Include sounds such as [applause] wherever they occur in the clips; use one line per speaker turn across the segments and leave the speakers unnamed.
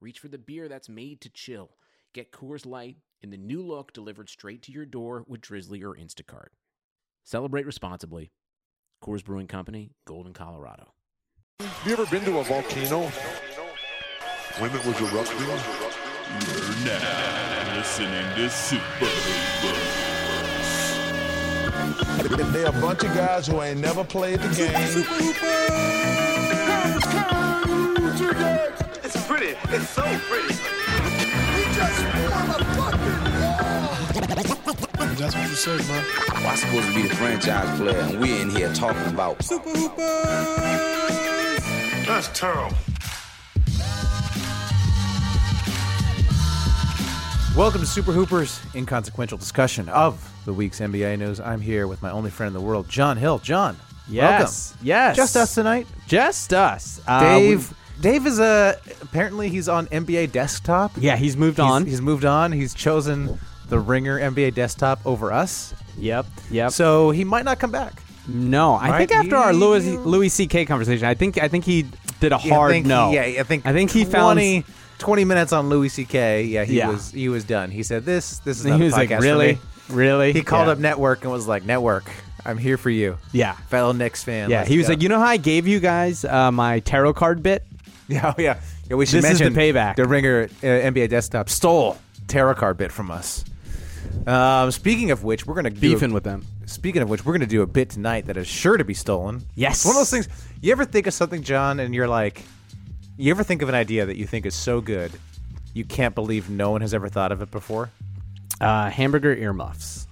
reach for the beer that's made to chill. Get Coors Light in the new look delivered straight to your door with Drizzly or Instacart. Celebrate responsibly. Coors Brewing Company, Golden, Colorado.
Have you ever been to a volcano?
When it was erupting,
You're now listening to Super
They're a bunch of guys who ain't never played the game.
It's pretty. It's so pretty.
I'm supposed to be the franchise player, and we're in here talking about
That's terrible.
Welcome to Super Hoopers, inconsequential discussion of the week's NBA news. I'm here with my only friend in the world, John Hill. John,
Yes,
welcome.
yes.
Just us tonight.
Just us. Uh,
Dave, Dave is a apparently he's on NBA Desktop.
we- yeah, he's moved
He's-
on.
He's, moved on. He's chosen the Ringer NBA Desktop over us.
yep, yep.
So he might not come back.
no, I
Right,
think after our Louis
you-
Louis C.K. conversation, I think I think he did a
Yeah, I
hard
think-
no.
Yeah, I think
I think he
20,
found.
20 minutes on Louis C.K. Yeah, he
Yeah.
was he was done. He said this this is
He
not a
was like,
podcast for
really,
me."
really.
He called
yeah.
up Network and was like, Network, I'm here for you.
Yeah.
Fellow Knicks fan.
Yeah, he was like, you know how I gave you guys uh, my tarot card bit?
[laughs] yeah, oh, yeah. yeah we should
This is the
mention
payback.
The Ringer uh, NBA Desktop stole tarot card bit from us. Um, speaking of which, we're gonna do
Beefing
a,
with them.
Speaking of which, we're gonna do a bit tonight that is sure to be stolen.
Yes.
It's one of those things. You ever think of something, John, and you're like, you ever think of an idea that you think is so good, you can't believe no one has ever thought of it before?
Uh, hamburger earmuffs.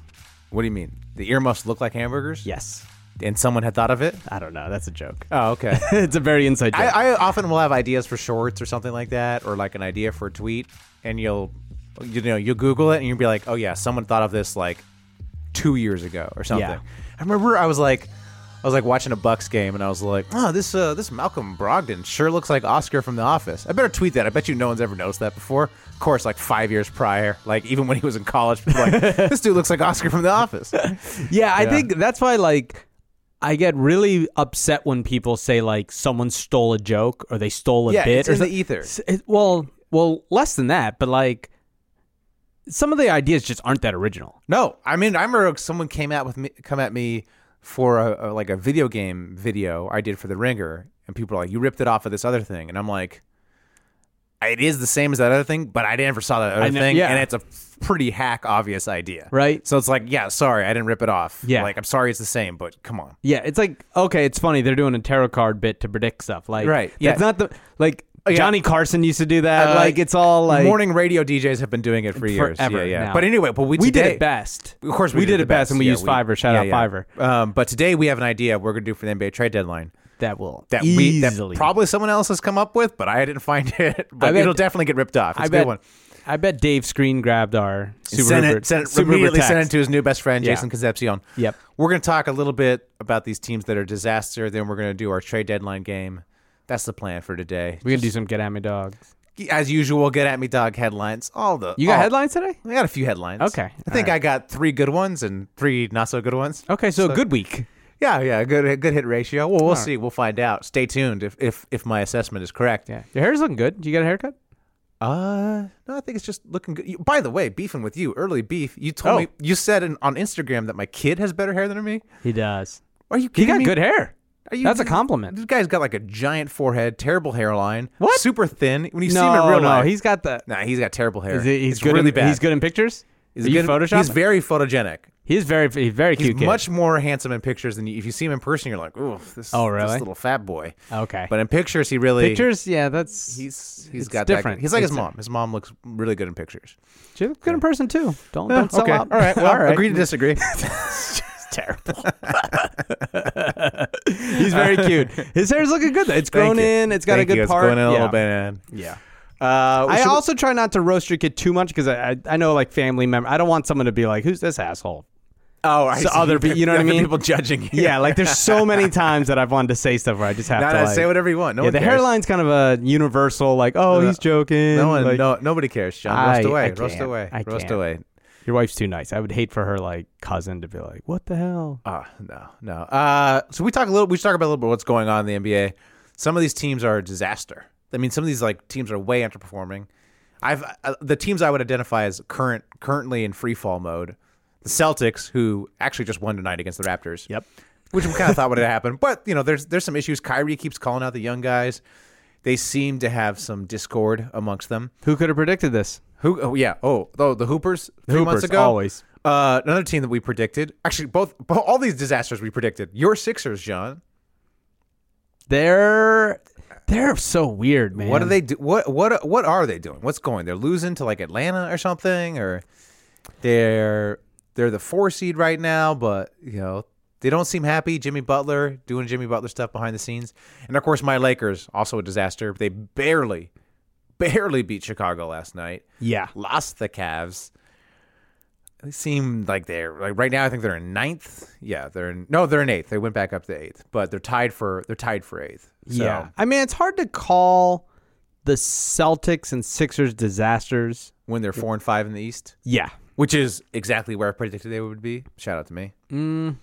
What do you mean? The earmuffs look like hamburgers?
Yes.
And someone had thought of it?
I don't know. That's a joke. [laughs]
Oh, okay.
it's a very inside joke.
I, I often will have ideas for shorts or something like that, or like an idea for a tweet, and you'll, you know, you'll Google it and you'll be like, oh yeah, someone thought of this like two years ago or something.
Yeah.
I remember I was like, I was like watching a Bucks game and I was like, oh this uh, this Malcolm Brogdon sure looks like Oscar from The Office. I better tweet that. I bet you no one's ever noticed that before. Of course, like five years prior, like even when he was in college, people were like this dude looks like Oscar from The Office.
Yeah, I
Yeah.
think that's why like I get really upset when people say like someone stole a joke or they stole a
Yeah,
bit
it's
or
in the
so-
ether.
s- it- well, well, less than that, but like some of the ideas just aren't that original.
No, I mean I remember someone came out with me, come at me for a, a like a video game video I did for the Ringer, and people are like, "You ripped it off of this other thing," and I'm like, "It is the same as that other thing, but I never saw that other
know-
thing,
yeah.
and it's a pretty hack obvious idea,
Right.
So it's like, yeah, sorry, I didn't rip it off.
Yeah.
like I'm sorry, it's the same, but come on,
Yeah, it's like okay, it's funny they're doing a tarot card bit to predict stuff. Like
Right, yeah.
it's not the like
yeah.
Johnny Carson used to do that.
Uh,
like it's all like
morning radio DJs have been doing it for years,
forever
yeah, yeah.
now.
But anyway, but we
we did
today-
it best.
Of course, we,
we did, it best, and we
Yeah,
used Fiverr. Shout
yeah,
out
yeah.
Fiverr.
Um, but today we have an idea we're going to do for the NBA trade deadline.
That will
that we that
easily
probably someone else has come up with, but I didn't find [laughs] it. But
I bet-
it'll definitely get ripped off. It's a
I
good
bet.
one.
I bet Dave Screen grabbed our Super
send
Hooper-
it, send it
Super Hooper
immediately. Send it
text.
to his new best friend,
Yeah.
Jason Concepcion.
Yep.
We're going to talk a little bit about these teams that are disaster. Then we're going to do our trade deadline game. That's the plan for today.
We can do some get at me dogs.
As usual, get at me, dog. Headlines. All the
You got
all-
headlines today?
I got a few headlines.
Okay.
I think
All Oh. right.
I got three good ones and three not so good ones.
Okay, so, a good week.
Yeah, yeah. Good, good hit ratio. Well, we'll see. We'll find out. Stay tuned if if if my assessment is correct.
Yeah, your hair's looking good. You got a haircut?
Uh, no, I think it's just looking good. You, by the way, beefing with you, early beef. You told
Oh.
me you said in, on Instagram that my kid has better hair than me.
He does.
Are you
He
kidding
got
me?
good hair.
Are you,
That's a
This
compliment.
guy's got like a giant forehead, terrible hairline.
What?
Super thin. When you see him
No,
in real
no,
life,
he's got the.
nah, he's got terrible hair.
Is he, he's
It's
good.
really
in,
bad.
He's good in pictures.
He's
Are you
good-
Photoshop?
He's very photogenic.
He's very. He's very
He's
cute. kid.
much more handsome in pictures than you, if you see him in person. You're like, ooh, this,
Oh,
this
really?
little fat boy.
Okay.
But in pictures, he really
pictures. Yeah, that's.
He's he's
it's
got
different.
That, he's like
It's
his
di-
mom. His mom looks really good in pictures.
she looked good in person too. Don't, don't sell
okay.
out.
All right. Well,
Eh, [laughs] All
[laughs]
right.
agree to disagree. [laughs]
terrible. he's very cute. His hair's looking good though. It's grown
Thank you.
in. It's got
Thank
a good
you. It's
part.
going in a
yeah.
little bit.
Yeah. Uh, I
should-
also try not to roast your kid too much because I, I I know like family member. I don't want someone to be like, "Who's this asshole?"
Oh, I
[laughs] So
see.
other pe- you know what I
Other
mean?
People judging you.
[laughs] Yeah, like there's
[laughs]
so many times that I've wanted to say stuff where I just have
Nah,
to
nah,
like,
say whatever you want. No
yeah,
one
the
cares.
hairline's kind of a universal like, oh,
No,
he's joking.
No one,
like,
no, nobody cares. John, roast
I-
away,
I
roast
can't.
away,
I
roast
can't.
away.
Your wife's too nice. I would hate for her like cousin to be like, what the hell?
Ah, no, no. Uh, so we talk a little. We should talk about a little bit what's going on in the NBA. Some of these teams are a disaster. I mean, some of these like teams are way underperforming. I've uh, the teams I would identify as current, currently in free fall mode. The Celtics, who actually just won tonight against the Raptors.
Yep.
which we kind of thought would happen. But you know, there's there's some issues. Kyrie keeps calling out the young guys. They seem to have some discord amongst them.
Who could have predicted this?
Who? Oh, yeah. Oh, oh, the Hoopers. Three months
Hoopers,
ago,
always.
Uh, another team that we predicted. Actually, both, bo- all these disasters we predicted. Your Sixers, John.
They're they're so weird, man.
What are they do? What what what are they doing? What's going? They're losing to like Atlanta or something, or they're they're the four seed right now, but you know they don't seem happy. Jimmy Butler doing Jimmy Butler stuff behind the scenes, and of course my Lakers also a disaster. They barely barely beat Chicago last night.
Yeah.
lost the Cavs. They seem like they're like right now. I think they're in ninth. Yeah, they're in, no, they're in eighth. They went back up to eighth, but they're tied for they're tied for eighth. So,
Yeah. I mean, it's hard to call the Celtics and Sixers disasters.
when they're four and five in the East,
Yeah.
which is exactly where I predicted they would be. Shout out to me.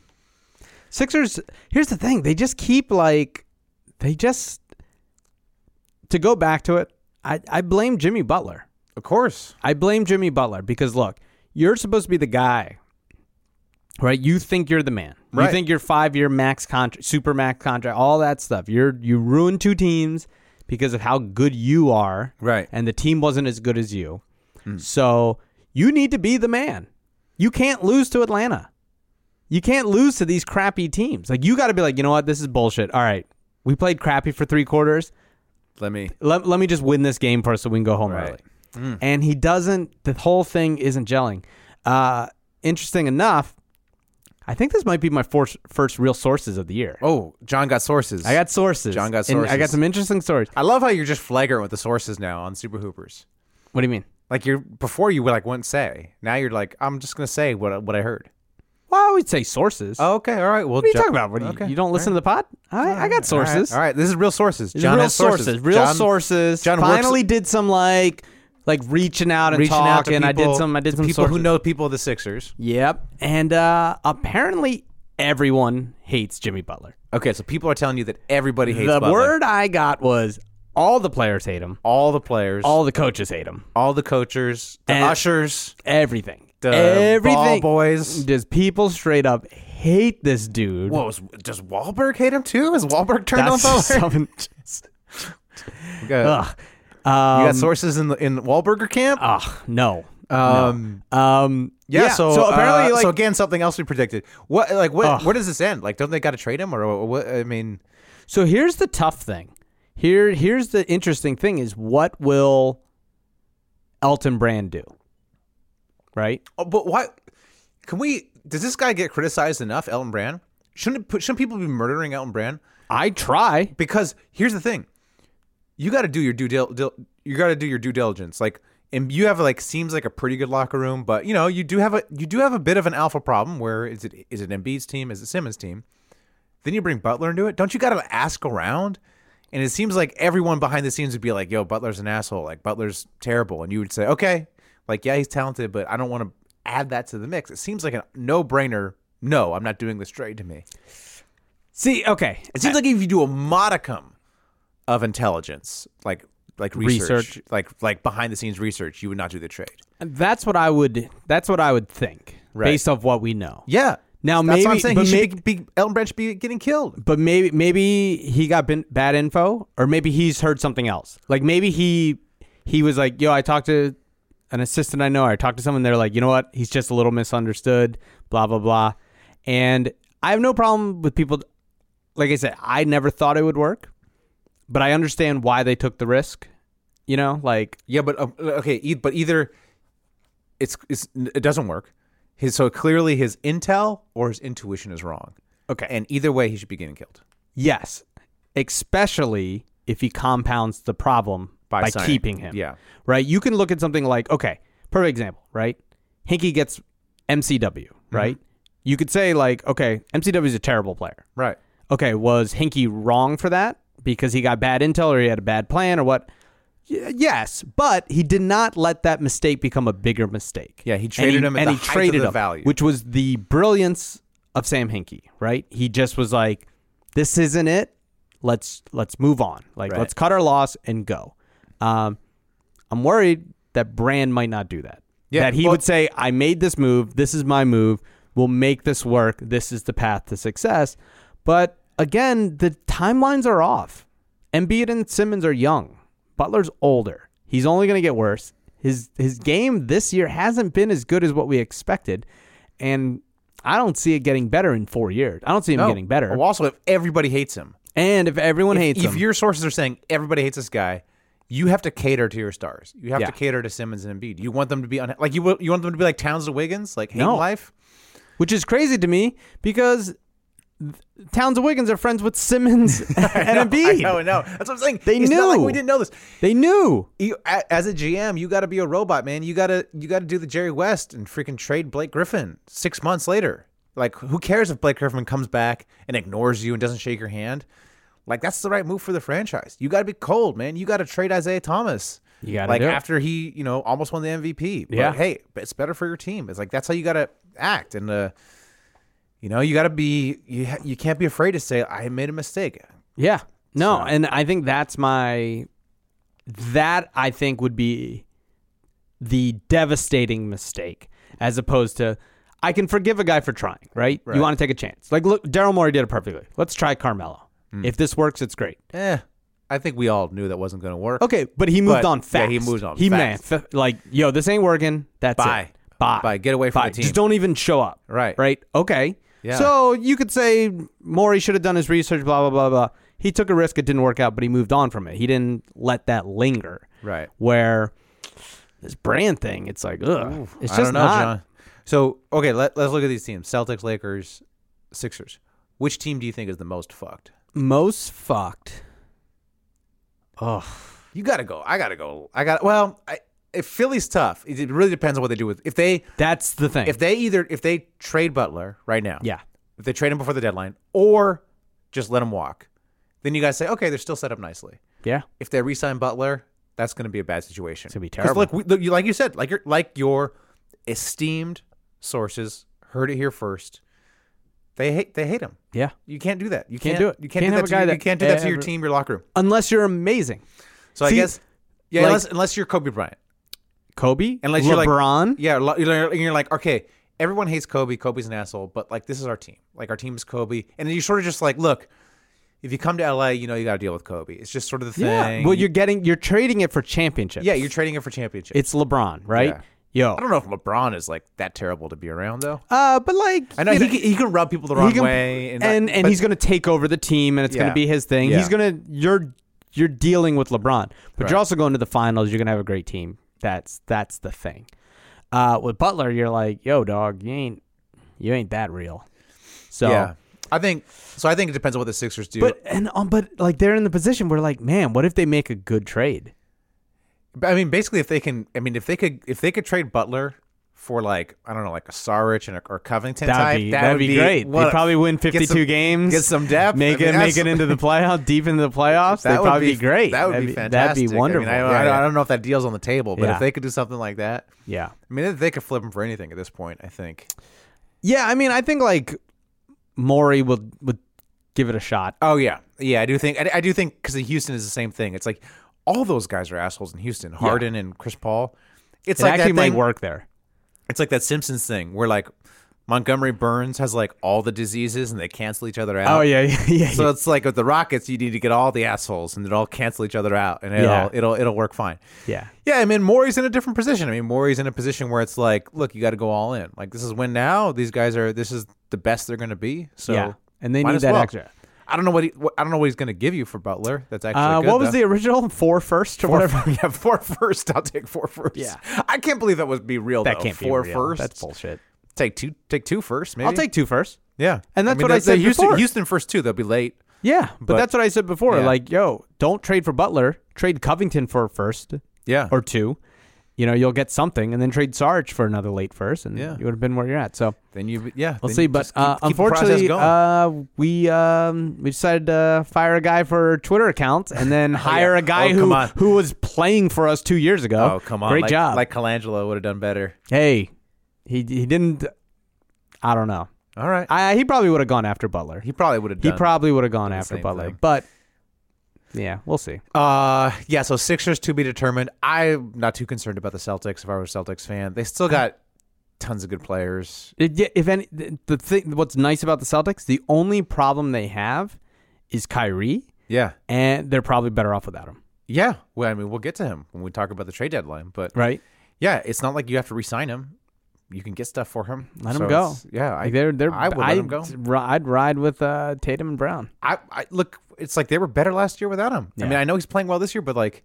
Sixers, here's the thing. They just keep like they just to go back to it, I, I blame Jimmy Butler.
Of course,
I blame Jimmy Butler because look, you're supposed to be the guy. Right? You think you're the man.
Right.
You think your five year max contract super max contract, all that stuff. You're you ruined two teams because of how good you are.
Right. Hmm.
And the team wasn't as good as you. So you need to be the man. You can't lose to Atlanta. You can't lose to these crappy teams. Like you gotta be like, you know what, this is bullshit. All right. We played crappy for three quarters
let me.
let, let me just win this game first so we can go home
Right. Mm.
early. And he doesn't, the whole thing isn't gelling. Uh, interesting enough, I think this might be my first, first real sources of the year.
Oh, John got sources.
I got sources.
John got
And I got
sources.
some interesting stories.
I love how you're just flagrant with the sources now on Super Hoopers.
What do you mean?
Like you're before you like wouldn't say. Now you're like I'm just gonna say what what I heard.
Well, I always say sources.
Oh, okay, all right. Well,
what are you talking about? What, do you, you don't listen to the pod? I, I got sources.
All right, this is real sources.
These are
John
real
has sources.
Real
John-
sources.
John works-
finally did some like, like reaching out and
Reaching
talking.
out to people,
I did some. I did
to
some
people who
sources.
know people of the Sixers.
Yep. And uh, apparently everyone hates Jimmy Butler.
Okay, so people are telling you that everybody hates
the
Butler.
word I got was all the players hate him.
all the players, all,
All the coaches hate him.
the coaches, the
And-
ushers,
Everything.
the ball
Everything.
boys.
Just people straight up hate this dude.
Whoa, is, does Wahlberg hate him too? Is Wahlberg turned
That's
on [laughs] Wahlberg?
[laughs] something.
Okay.
Ugh.
you
Um, Uh,
got sources in the, in Wahlberger camp.
ugh, no.
um,
No. Um,
yeah, So,
apparently,
uh,
like,
so again, something else we predicted. What like what
Ugh.
where does this end? Like, don't they got to trade him or what? I mean,
So here's the tough thing. Here, here's the interesting thing: is what will Elton Brand do? Right?
oh, but why? Can we? Does this guy get criticized enough? Elton Brand shouldn't it- shouldn't people be murdering Elton Brand?
I try.
because here's the thing you got to do your due dil- dil- you got to do your due diligence like and you have like seems like a pretty good locker room but you know you do have a you do have a bit of an alpha problem where is it is it Embiid's team is it Simmons team then you bring Butler into it don't you got to ask around and it seems like everyone behind the scenes would be like yo Butler's an asshole like Butler's terrible and you would say okay like yeah he's talented but I don't want to add that to the mix it seems like a no-brainer no I'm not doing this trade to me
See, okay.
it seems like if you do a modicum of intelligence, like like research,
Research.
like like behind the scenes research, you would not do the trade.
That's what I would. That's what I would think,
Right.
based off what we know.
Yeah.
Now,
that's what I'm
maybe-
saying.
but
he
may-
should be, be Elton Brand should be getting killed.
But maybe, maybe he got bin- bad info, or maybe he's heard something else. Like maybe he he was like, "Yo, I talked to an assistant I know. Or I talked to someone. They're like, you know what? He's just a little misunderstood. Blah blah blah." And I have no problem with people. Like I said, I never thought it would work, but I understand why they took the risk. You know, like
Yeah, but um, okay, e- but either it's, it's it doesn't work. His so clearly his intel or his intuition is wrong,
okay,
and either way he should be getting killed.
Yes, especially if he compounds the problem
By
by
signing.
keeping him.
Yeah.
Right? You can look at something like, okay, perfect example, right? Hinkie gets MCW,
Mm-hmm.
right? You could say, like, okay, MCW is a terrible player.
Right.
Okay, was Hinkie wrong for that because he got bad intel or he had a bad plan or what? Y- Yes, but he did not let that mistake become a bigger mistake.
Yeah, he
And
traded him at
and
the
he
height of
traded
the
him,
value.
which was the brilliance of Sam Hinkie. Right? He just was like, "This isn't it. Let's let's move on. Like,
Right.
let's cut our loss and go." Um, I'm worried that Brand might not do that.
Yeah,
that he
well-
would say, "I made this move. This is my move. We'll make this work. This is the path to success." But again, the timelines are off. Embiid and Simmons are young. Butler's older. He's only going to get worse. His his game this year hasn't been as good as what we expected, and I don't see it getting better in four years. I don't see him
No.
getting better.
Well, Also, if everybody hates him,
and if everyone hates
if
him,
your sources are saying everybody hates this guy, you have to cater to your stars. You have
Yeah.
to cater to Simmons and Embiid. You want them to be on, like you wa- you want them to be like Towns to Wiggins, like hate
No.
life.
which is crazy to me because th- Towns and Wiggins are friends with Simmons and
[laughs] I
Embiid.
know, I know. That's what I'm saying.
They
It's not like
knew.
we didn't know this.
They knew.
You, E, a- as a GM, you got to be a robot, man. You gotta you gotta do the Jerry West and freaking trade Blake Griffin six months later. Like, who cares if Blake Griffin comes back and ignores you and doesn't shake your hand? Like, that's the right move for the franchise. You got to be cold, man. You got to trade Isaiah Thomas.
You gotta
like
do it.
after he, you know, almost won the MVP. But
Yeah.
hey, it's better for your team. It's like that's how you got to act and. uh you know, you got to be you. Ha- you can't be afraid to say I made a mistake.
Yeah. No, and I think that's my that I think would be the devastating mistake as opposed to I can forgive a guy for trying, right? You want to take a chance. Like look, Daryl Morey did it perfectly. Let's try Carmelo.
Mm.
If this works, it's great.
Eh, I think we all knew that wasn't going to work.
Okay, but he moved
But,
on
yeah,
fast.
he moved on
He
fast.
man, f- like yo, this ain't working. That's
Bye.
it. Bye.
Bye. Get away from
Bye.
the team.
Just don't even show up.
Right.
Right. Okay.
Yeah.
So you could say Maury should have done his research. Blah blah blah blah. He took a risk. It didn't work out, but he moved on from it. He didn't let that linger.
Right.
Where this brand thing, it's like ugh. it's just
I don't know,
not.
John. So okay, let, let's look at these teams: Celtics, Lakers, Sixers. Which team do you think is the most fucked?
Most fucked.
You gotta go. I gotta go. I got. Well, I, if Philly's tough, it, it really depends on what they do with. If they
That's the thing.
if they either if they trade Butler right now,
yeah.
if they trade him before the deadline, or just let him walk, then you guys say, okay, they're still set up nicely.
Yeah.
If they re-sign Butler, that's going to be a bad situation. It's
gonna be terrible.
Look, we, look, you, like you said, like your like your esteemed sources heard it here first. They hate they hate him.
Yeah.
You can't do that. You
Can't
can't,
do it.
You can't,
Can't
do that.
have a
To
guy
your,
that
you can't do that to your
ever-
team, your locker room.
Unless you're amazing.
So I
See,
guess yeah,
like-
unless unless you're Kobe Bryant,
Kobe.
unless
LeBron.
you're like
Hmm?
yeah, lo- you're, you're like okay, everyone hates Kobe. Kobe's an asshole, but like this is our team. Like our team is Kobe, and then you're sort of just like, look, if you come to LA, you know you got to deal with Kobe. It's just sort of the thing.
Yeah. Well, you're getting you're trading it for championships.
yeah, you're trading it for championships.
It's LeBron, right? Yo.
I don't know if LeBron is like that terrible to be around though.
Uh, but like
I know
you
he can, he can rub people the wrong
he can-
way,
and
like-
and,
but-
he's gonna take over the team, and it's
Yeah.
gonna be his thing.
Yeah.
He's gonna you're you're dealing with LeBron, but you're also going to the finals. You're gonna have a great team. That's that's the thing. Uh, with Butler, you're like, yo, dog, you ain't you ain't that real. So,
yeah. I think so. I think it depends on what the Sixers do.
but and um, but like they're in the position where like, man, what if they make a good trade?
But, I mean, basically, if they can, I mean, if they could, if they could trade Butler for like I don't know, like a Saric and a, or Covington
That'd
type,
be
that
that'd
would
be, great.
what
They
a-
probably win
get some-
52 games,
get some depth,
make
I mean,
it make
that's-
it into the playoff, [laughs] deep into the playoffs.
That
They'd
would
probably be, great.
That would
That'd
be fantastic.
That'd be wonderful.
I, mean, I,
yeah,
I-
yeah.
I don't know if that deal's on the table, but
Yeah.
if they could do something like that,
[laughs] yeah.
I mean, they- they could flip him for anything at this point. I think.
Yeah, I mean, I think like Maury would would give it a shot.
Oh yeah, yeah. I do think I, I do think because Houston is the same thing. It's like all those guys are assholes in Houston. Harden and Chris Paul. It's
It
like
actually
that
might
thing,
work there.
It's like that Simpsons thing where like Montgomery Burns has like all the diseases and they cancel each other out.
Oh yeah, [laughs] yeah, yeah.
So it's like with the Rockets, you need to get all the assholes and they'll all cancel each other out, and it'll
Yeah.
it'll it'll work fine.
yeah.
Yeah, I mean, Maury's in a different position. I mean, Maury's in a position where it's like, look, you got to go all in. Like this is when now these guys are. This is the best they're going to be. So
Yeah. And they
might
need
as
that
well.
extra.
I don't know what, he, what I don't know what he's going to give you for Butler. That's actually
Uh,
good,
what was
though.
the original four first
[laughs]
or
four?
whatever?
[laughs] yeah, four first. I'll take four first.
Yeah.
I can't believe that would be real.
[laughs] That
though.
can't
four
be real.
firsts.
That's bullshit.
Take two. Take two first. Maybe
I'll take two first.
Yeah,
And that's what
they-
I said
they- Houston,
before.
Houston first two. They'll be late.
Yeah, but,
But-
that's what I said before.
Yeah.
Like, yo, don't trade for Butler. Trade Covington for a first
Yeah.
or two. You know, you'll get something, and then trade Sarge for another late first, and
Yeah.
you would have been where you're at. So
then you yeah.
we'll
then
see.
you
But
just keep-
uh,
keep the process
unfortunately,
going.
uh, we um, we decided to fire a guy for our Twitter account, and then hire a
[laughs]
guy
Oh,
who
come on.
who was playing for us two years ago.
oh come on,
great
like,
job!
Like Colangelo would have done better.
hey, he he didn't. I don't know.
All right,
I he probably would have gone after Butler.
he probably would have.
He
done
probably would have gone
the
after
same
Butler,
thing.
but yeah, we'll see.
Uh, yeah. So Sixers to be determined. I'm not too concerned about the Celtics. If I were a Celtics fan, they still got tons of good players.
It, yeah, if any, the the thing, what's nice about the Celtics, the only problem they have is Kyrie,
Yeah,
and they're probably better off without him,
yeah. Well, I mean, we'll get to him when we talk about the trade deadline. But
right?
yeah, it's not like you have to re-sign him. You can get stuff for him.
Let
So
him go.
it's- Yeah,
Like, they're they're.
I would let him go.
I'd ri- I'd ride with uh, Tatum and Brown.
I, I look. It's like they were better last year without him. I mean, I know he's playing well this year, but like,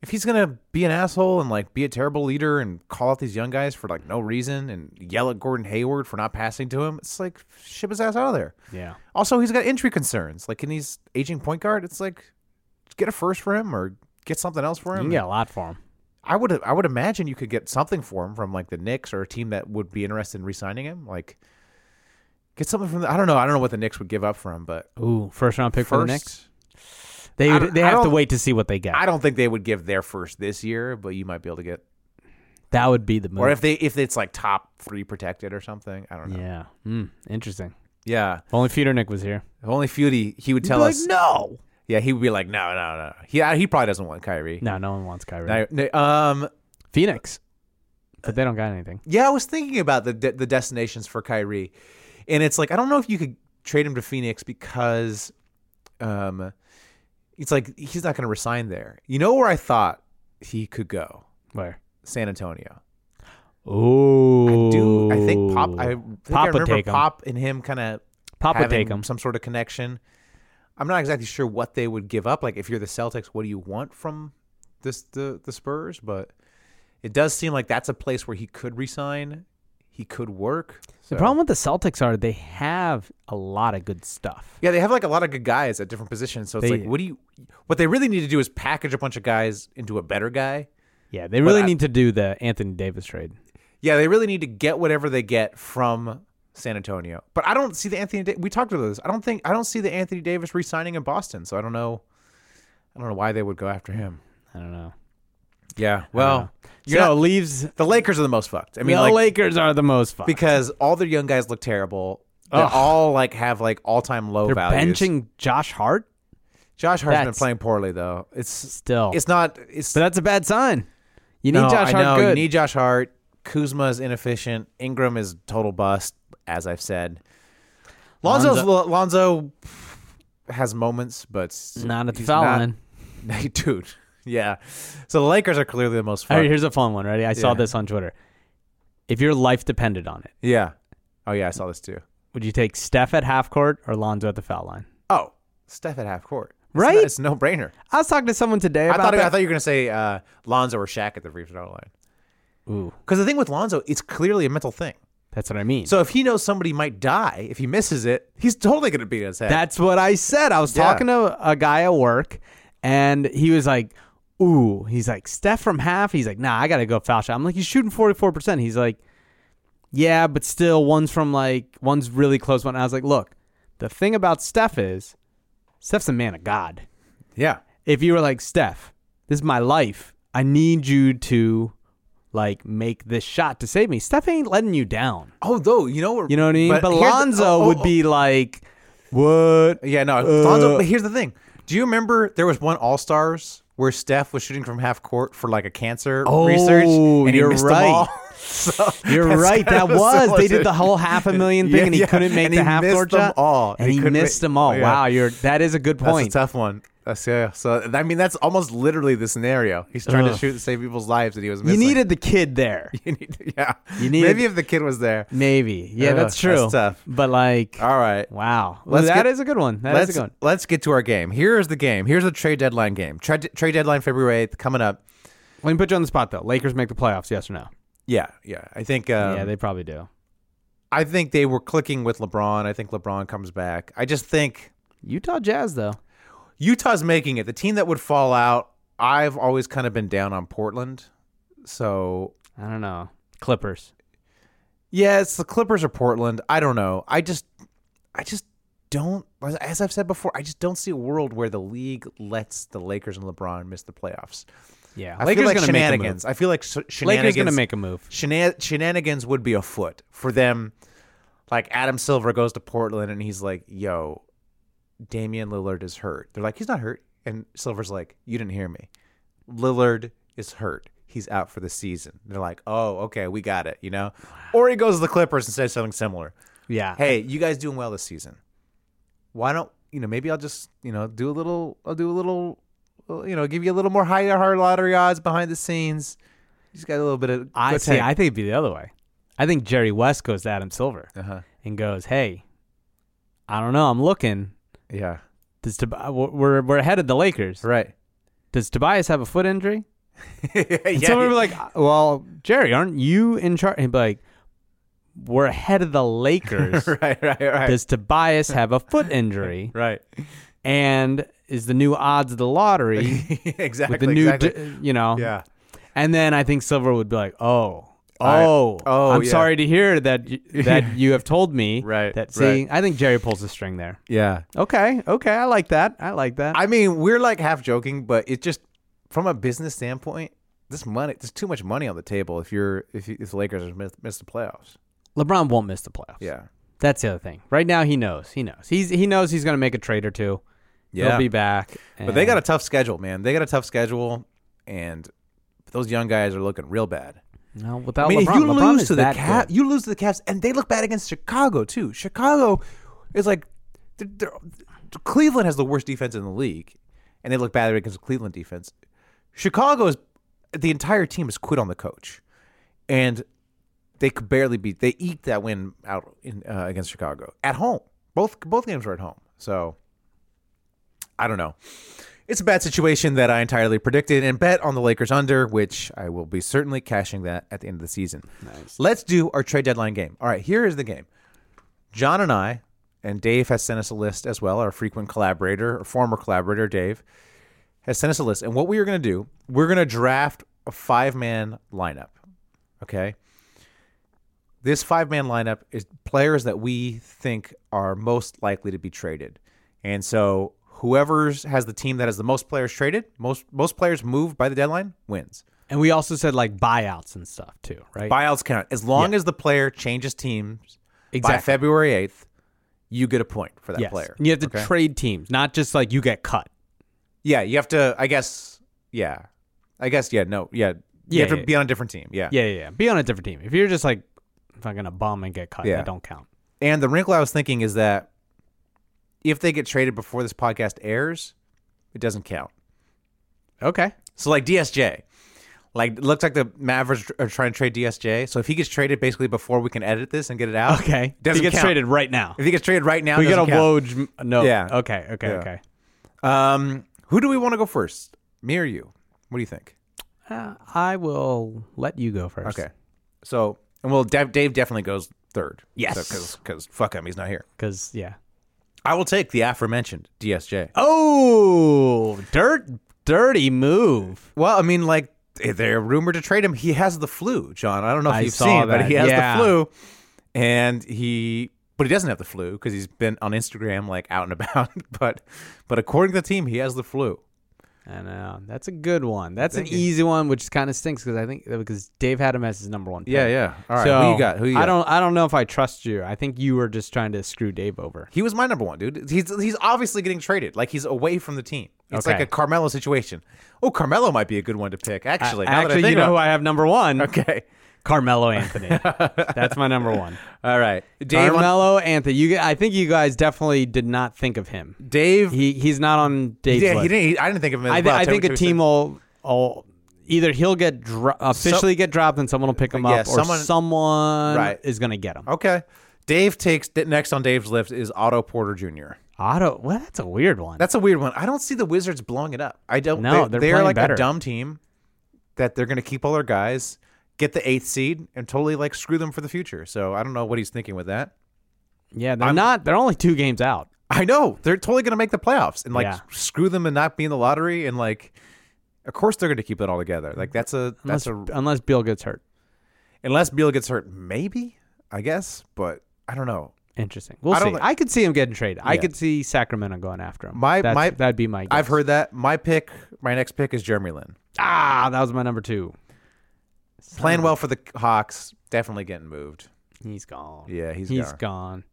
if he's gonna be an asshole and like be a terrible leader and call out these young guys for like no reason and yell at Gordon Hayward for not passing to him, it's like ship his ass out of there.
Yeah.
Also, he's got injury concerns. Like, and he's aging point guard. It's like get a first for him or get something else for
You
him.
can get a lot for him.
I would I would imagine you could get something for him from like the Knicks or a team that would be interested in re-signing him. Like, get something from the, I don't know. I don't know what the Knicks would give up for him, but
Ooh, first round pick for the
first-
Knicks. They
I don't-
they
I
have to
don't-
wait to see what they get.
I don't think they would give their first this year, but you might be able to get
that would be the move.
or if they if it's like top three protected or something. I don't know.
yeah. Mm, interesting.
Yeah.
If only Feudernick was here.
If only Feudy he would tell us no. Yeah, he would be like no no no. He he probably doesn't want Kyrie.
No, no one wants Kyrie.
No, no, um.
Phoenix, but they don't got anything.
Yeah, I was thinking about the de- the destinations for Kyrie, and it's like I don't know if you could trade him to Phoenix because, um, it's like he's not going to resign there. You know where I thought he could go?
Where?
San Antonio.
Oh,
Do I think Pop? I think I
Pop would
remember
take him.
Pop and him kind of
Pop would
having
take him.
some sort of connection. I'm not exactly sure what they would give up. Like if you're the Celtics, what do you want from this the the Spurs? But it does seem like that's a place where he could resign. He could work. So-
The problem with the Celtics are they have a lot of good stuff.
Yeah, they have like a lot of good guys at different positions. So it's
They-
like, what do you? What they really need to do is package a bunch of guys into a better guy.
Yeah, they really
I-
need to do the Anthony Davis trade.
Yeah, they really need to get whatever they get from San Antonio. But I don't see the Anthony. Da- we talked about this. I don't think I don't see the Anthony Davis re-signing in Boston. So I don't know. I don't know why they would go after him.
I don't know.
Yeah. Well, you're
so
not-
leaves.
the Lakers are the most fucked. I mean,
the
like,
Lakers are the most fun
because all their young guys look terrible. They
Ugh.
all like have like all time low
they're
values.
benching Josh Hart
Josh Hart's been
That's-
playing poorly though. It's
still.
it's not. It's
but that's a bad sign. You need
No,
Josh
I
Hart
know.
good.
You need Josh Hart. Kuzma is inefficient. Ingram is total bust, as I've said. Lonzo's Lonzo has moments, but
not at the
he's
foul
not- [laughs]
line.
dude. Yeah. So the Lakers are clearly the most
All
fun.
right, here's a fun one. Ready? I saw
Yeah.
this on Twitter. If your life depended on it,
yeah. Oh yeah, I saw this too.
would you take Steph at half court or Lonzo at the foul line?
Oh, Steph at half court. It's
Right?
not- It's no brainer.
I was talking to someone today
I
about
thought
that.
I thought you were gonna say uh, Lonzo or Shaq at the free throw line.
Ooh,
Because the thing with Lonzo, it's clearly a mental thing.
that's what I mean.
So if he knows somebody might die if he misses it, he's totally gonna beat his head.
That's what I said. I was
Yeah.
talking to a guy at work, and he was like, "Ooh," he's like, "Steph from half." He's like, "Nah, I gotta go foul shot." I'm like, "He's shooting 44 percent." He's like, "Yeah, but still, one's from like one's really close one." I was like, "Look, the thing about Steph is, Steph's a man of God.
yeah.
If you were like Steph, this is my life. I need you to." Like make this shot to save me. Steph ain't letting you down.
Oh, though you know,
You know what I mean? But,
here's the-
Lonzo
oh, oh,
would
oh.
be like, "What?
Yeah, no,
Uh,
Lonzo. But here's the thing: Do you remember there was one All Stars where Steph was shooting from half court for like a cancer
Oh,
research, and he
you're
missed
right.
them all? So
[laughs] You're
that's
right.
kind
That
of a
was. They did the
similar-
whole half a million
[laughs]
thing,
Yeah,
and he
yeah.
couldn't make
And
the
he
half
missed
court
them
shot.
all.
and
He
he
couldn't make-
missed them all.
Yeah.
Wow, you're that is a
[laughs]
good
That's
point.
a tough one. That's yeah. So I mean, that's almost literally the scenario. He's trying to shoot to save people's lives, and he was
you
missing.
needed the kid there,
[laughs] You need- yeah.
you needed-
Maybe if the kid was there.
maybe. Yeah,
Ugh,
that's true.
that's tough.
But like,
All right.
wow,
Let's
that
get-
is a good one. That is
let's,
a good one.
let's get to our game. Here is the game. Here's the trade deadline game. Trade, trade deadline February 8th coming up.
Let me put you on the spot though. Lakers make the playoffs? Yes or no?
Yeah, yeah. I think um,
yeah, they probably do.
I think they were clicking with LeBron. I think LeBron comes back. I just think
Utah Jazz though.
Utah's making it. The team that would fall out, I've always kind of been down on Portland. So,
I don't know. Clippers.
yeah, it's the Clippers or Portland. I don't know. I just, I just don't, as I've said before, I just don't see a world where the league lets the Lakers and LeBron miss the playoffs.
Yeah.
I
Lakers
feel like
gonna make a move.
shenanigans. I feel like sh- shenanigans.
Lakers gonna make a move.
shena- shenanigans would be afoot for them. Like Adam Silver goes to Portland and he's like, "Yo, Damian Lillard is hurt." They're like, "He's not hurt," and Silver's like, "You didn't hear me. Lillard is hurt. He's out for the season." They're like, "Oh, okay, we got it," you know. Or he goes to the Clippers and says something similar.
Yeah.
Hey, you guys doing well this season? Why don't you know? Maybe I'll just you know do a little. I'll do a little. uh, You know, give you a little more higher hard lottery odds behind the scenes. You just got a little bit of.
I
go
see.
tank.
I think it'd be the other way. I think Jerry West goes to Adam Silver
Uh-huh.
and goes, "Hey, I don't know. I'm looking.
Yeah.
Does Tob- we're- we're we're ahead of the Lakers?
Right.
Does Tobias have a foot injury?" And
[laughs] yeah.
someone would be like, "Uh, "Well, Jerry, aren't you in charge?" He'd be like, "We're ahead of the Lakers.
[laughs] right, right, right.
Does Tobias have a foot injury?
[laughs] right.
And is the new odds of
[laughs]
the lottery
exactly.
[laughs] with the new,
exactly.
d- you know?"
yeah.
And then I think Silver would be like, "Oh, oh,
oh,
I'm
yeah.
sorry to hear that
[laughs]
y- that you have told me
Right,
that." See,
right.
I think Jerry pulls the string there.
Yeah.
Okay, okay, I like that. I like that.
I mean, we're like half joking, but it just from a business standpoint, this money, there's too much money on the table if you're if you, if the Lakers miss, miss the playoffs.
LeBron won't miss the playoffs.
Yeah.
that's the other thing. Right now, he knows. He knows. He's he knows he's going to make a trade or two.
Yeah.
He'll be back.
But they
and-
got a tough schedule, man. They got a tough schedule, and those young guys are looking real bad.
no without.
I mean,
LeBron,
if you
LeBron
lose
is
to the
that
Cavs,
good.
you lose to the Cavs, and they look bad against Chicago too. Chicago is like, they're, they're- Cleveland has the worst defense in the league, and they look bad against the Cleveland defense. Chicago is the entire team has quit on the coach, and they could barely beat. They eked that win out in, uh, against Chicago at home. Both both games were at home, so I don't know. It's a bad situation that I entirely predicted and bet on the Lakers under, which I will be certainly cashing that at the end of the season. Let's do our trade deadline game. All right, here is the game. John and I, and Dave has sent us a list as well, our frequent collaborator, or former collaborator, Dave, has sent us a list. And what we are going to do, we're going to draft a five man lineup. Okay. This five man lineup is players that we think are most likely to be traded. And so whoever's has the team that has the most players traded, most most players moved by the deadline wins.
and we also said like buyouts and stuff too, right?
Buyouts count. As long as the player changes teams by
Exactly.
February 8th, you get a point for that
Yes.
player.
And you have to
Okay?
trade teams, not just like you get cut.
Yeah, you have to I guess yeah. I guess yeah, no. Yeah. you
Yeah,
have to
yeah,
be on a different team. Yeah.
Yeah, yeah, yeah. Be on a different team. If you're just like fucking a bum and get cut,
Yeah.
that don't count.
And the wrinkle I was thinking is that if they get traded before this podcast airs, it doesn't count.
Okay.
So like DSJ, like it looks like the Mavericks are trying to trade DSJ. So if he gets traded basically before we can edit this and get it out,
Okay.
doesn't
he gets
count.
traded right now.
If he gets traded right now,
we get a
doesn't
Woj m- no.
Yeah.
Okay. Okay.
Yeah.
Okay.
count. Um, who do we want to go first? Me or you? What do you think?
Uh, I will let you go first.
Okay, so and well, Dave, Dave definitely goes third.
Yes.
because fuck him, he's not here.
Because yeah.
I will take the aforementioned DSJ.
Oh, dirt, dirty move.
Well, I mean, like eh, they're rumored to trade him. He has the flu, John. I don't know if
I
you've
saw
seen, but
that.
he has
Yeah.
the flu, and he, but he doesn't have the flu because he's been on Instagram like out and about. [laughs] but, but according to the team, he has the flu.
I know that's a good one. That's an
Thank you.
easy one, which kind of stinks because I think because Dave had him as his number one. Pick.
Yeah, yeah. All right,
So
who you got? Who you got?
I don't. I don't know if I trust you. I think you were just trying to screw Dave over.
He was my number one dude. He's he's obviously getting traded. Like he's away from the team. It's like
Okay.
a Carmelo situation. Oh, Carmelo might be a good one to pick. Actually,
A-
now that I
actually, you
think
know who
about
I have number one.
it. [laughs] Okay.
Carmelo
[laughs]
Anthony. That's my number one.
All right. Dave. on-
Carmelo Anthony. You, g- I think you guys definitely did not think of him.
Dave.
He he's not on Dave's
yeah,
list.
he didn't. He, I didn't think of him. As
I, thi-
well.
I
Tell
think
me
a
what you
team
said.
will, will either he'll get dro- officially get dropped and someone will pick him
Yeah,
up, or
someone-
someone,
Right. Oh.
is going to get him.
Okay. Dave takes next on Dave's list is Otto Porter Jr.
Otto, well, that's a weird one.
That's a weird one. I don't see the Wizards blowing it up. I don't.
No,
they,
they're
they're
playing
like
better.
a dumb team that they're going to keep all their guys, get the eighth seed, and totally like screw them for the future. So I don't know what he's thinking with that.
yeah, they're not. They're only two games out.
I know they're totally going to make the playoffs and like
Yeah.
screw them and not be in the lottery and like, of course they're going to keep it all together. Like that's a that's
Unless,
a
unless Bill gets hurt.
unless Beal gets hurt, maybe I guess, but I don't know.
Interesting. We'll
I
I
don't
see.
thi-
I could see him getting traded. I
Yeah.
could see Sacramento going after him.
My-
That's-
my-
that'd be my. Guess.
I've heard that. My pick, my next pick is Jeremy Lin.
Ah, that was my number two.
Playing well for the Hawks, definitely getting moved.
He's gone.
Yeah, he's
he's gone.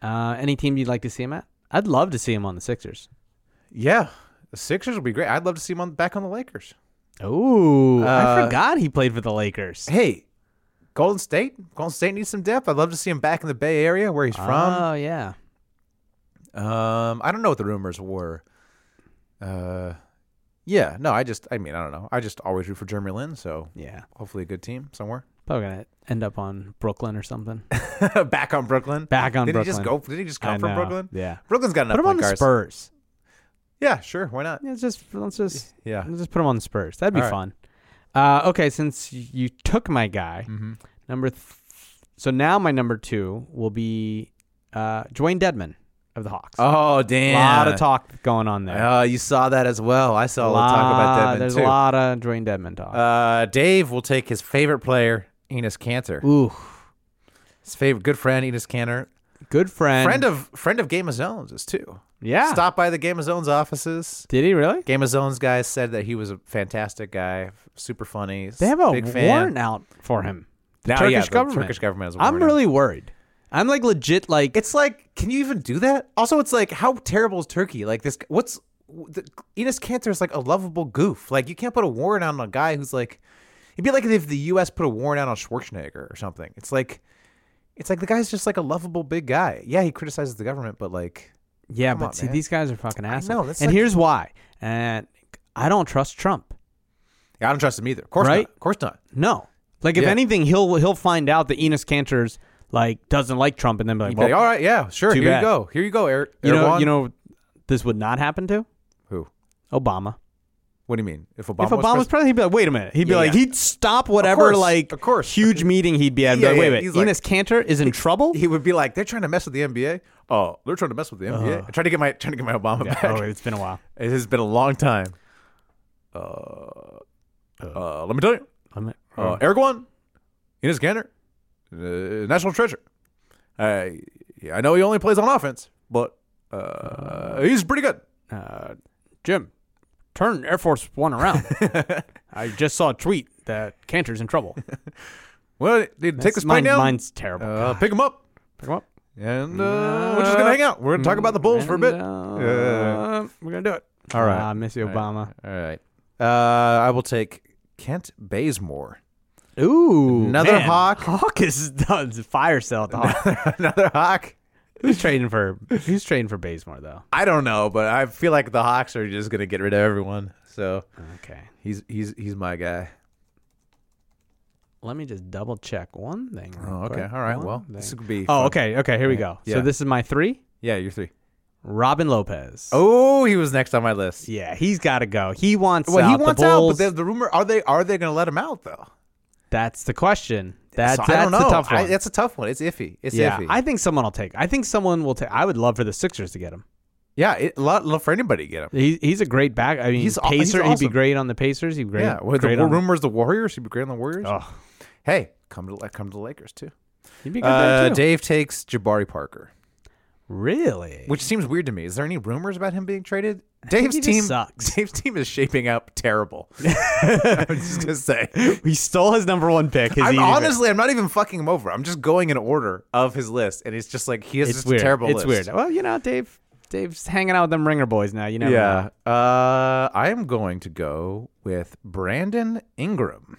Uh, any team you'd like to see him at? I'd love to see him on the Sixers.
Yeah, the Sixers would be great. I'd love to see him on, back on the Lakers.
Oh, I
Uh,
forgot he played for the Lakers.
Hey, Golden State, Golden State needs some depth. I'd love to see him back in the Bay Area where he's from.
Oh yeah.
Um, I don't know what the rumors were. Uh, yeah, no, I just, I mean, I don't know. I just always root for Jeremy Lin, so
Yeah.
hopefully a good team somewhere. [laughs]
Probably gonna end up on Brooklyn or something.
back on Brooklyn.
Back on
did
Brooklyn.
he just go? Did he just
I
come from
know.
Brooklyn?
Yeah.
Brooklyn's got enough
Put him on
point
the
guards.
Spurs.
Yeah, sure. Why not?
Yeah, let's just let's just
Yeah.
let's just put him on the Spurs. That'd be
All right.
fun. Uh, okay, since y- you took my guy,
Mm-hmm.
number th- so now my number two will be uh, Dwayne Deadman of the Hawks.
Oh damn!
a lot of talk going on there.
Oh, you saw that as well. I saw a lot of talk
Lot-
about Deadman
There's
too.
a lot of Dwayne Deadman talk.
Uh, Dave will take his favorite player, Enos Cantor.
Ooh,
His favorite good friend, Enos Cantor.
good friend.
Friend of friend of Game of Zones is too.
yeah.
Stop by the Game of Zones offices.
Did he really?
Game of Zones guys said that he was a fantastic guy, super funny.
They have a
big fan.
warrant out for him. The
Now,
Turkish
yeah, the
government.
Turkish government has a
I'm
warrant out.
really worried. I'm like legit. Like
It's like, can you even do that? Also, it's like, how terrible is Turkey? Like this, what's the, Enos Cantor is like a lovable goof. Like you can't put a warrant on a guy who's like, it'd be like if the U.S. put a warrant out on Schwarzenegger or something. It's like, it's like the guy's just like a lovable big guy. Yeah, he criticizes the government, but like,
Yeah,
Come
but
on,
see,
man.
these guys are fucking assholes.
know, that's
and
like-
here's why. And I don't trust Trump.
I don't trust him either. Of course
Right?
not. Of course not.
No, like if
Yeah.
anything, he'll he'll find out that Enos Cantor's like doesn't like Trump, and then be like,
He'd
well,
be like, all right, yeah, sure.
too
Here
bad.
you go. Here you go, Er, Eric.
you know, you know, this would not happen to
who?
Obama.
What do you mean? If Obama,
if Obama was
was
president, he'd be like, wait a minute. He'd be
Yeah,
like,
yeah.
he'd stop whatever
course,
like
of course.
huge meeting he'd be at. and be
Yeah,
like, wait
yeah,
a minute,
he's like-
Enos Cantor is in trouble.
he would be like, they're trying to mess with the NBA. Oh, they're trying to mess with the NBA. I'm trying to get my trying to get my Obama
Uh-huh. Yeah,
back. [laughs]
oh, it's been a while.
It has been a long time. Uh, uh, let me tell you,
I'm like,
uh, Eric One, Enos Kanter, uh, national treasure. I I know he only plays on offense, but uh, he's pretty good.
uh, Jim, turn Air Force
[laughs]
One around. I just saw a tweet that Cantor's in trouble.
Well, dude, take
That's-
this plane
mine,
down,
Mine's terrible.
uh, pick him up,
Pick 'em up.
and uh, we're just gonna hang out. We're gonna talk about the Bulls for a bit.
And, uh,
Yeah.
We're gonna do it.
All right.
Ah, Miss you, Obama.
All right, uh, I will take Kent Bazemore.
Ooh,
Another
man.
Hawk.
Hawk is done. It's a fire sale at the Hawk.
[laughs] Another Hawk.
who's trading for? Who's trading for Bazemore though?
I don't know, but I feel like the Hawks are just gonna get rid of everyone. So
Okay,
he's he's he's my guy.
let me just double check one thing. real
Oh, okay.
quick.
All right.
One
Well,
thing.
this could be.
Oh,
fun.
okay. Okay. Here we go.
Yeah.
So this is my three.
Yeah, you're three.
Robin Lopez.
Oh, he was next on my list.
yeah. He's got to go. He wants.
Well,
out.
he wants
the
out,
Bulls.
but the, the rumor are they are they going to let him out though?
That's the question. That's,
So
that's
I don't know.
the tough one.
I, that's a tough one. It's iffy. It's
yeah,
iffy.
I think someone will take. I think someone will take. I would love for the Sixers to get him.
yeah, it, lot, lot for anybody to get him.
He, he's a great back. I mean,
He's
he's
aw-
pacer.
he's
He'd be
awesome.
great on the Pacers. He'd be great.
yeah, with the
great
war
on the-
rumors, the Warriors, he'd be great on the Warriors.
Ugh.
Hey, come to come to the Lakers too.
He'd be good
Uh,
there too.
Dave takes Jabari Parker,
really? [laughs]
which seems weird to me. Is there any rumors about him being [laughs] traded?
think
Dave's
he just
team
sucks.
Dave's team is shaping up
[laughs]
terrible. [laughs] I was just gonna say.
we stole his number one pick. His
I'm
easy pick.
honestly, I'm not even fucking him over. I'm just going in order of his list, and it's just like he is
it's
just
weird.
a terrible
it's
list.
weird. Well, you know, Dave. Dave's hanging out with them ringer boys now. You never know.
Yeah. Uh, I am going to go with Brandon Ingram.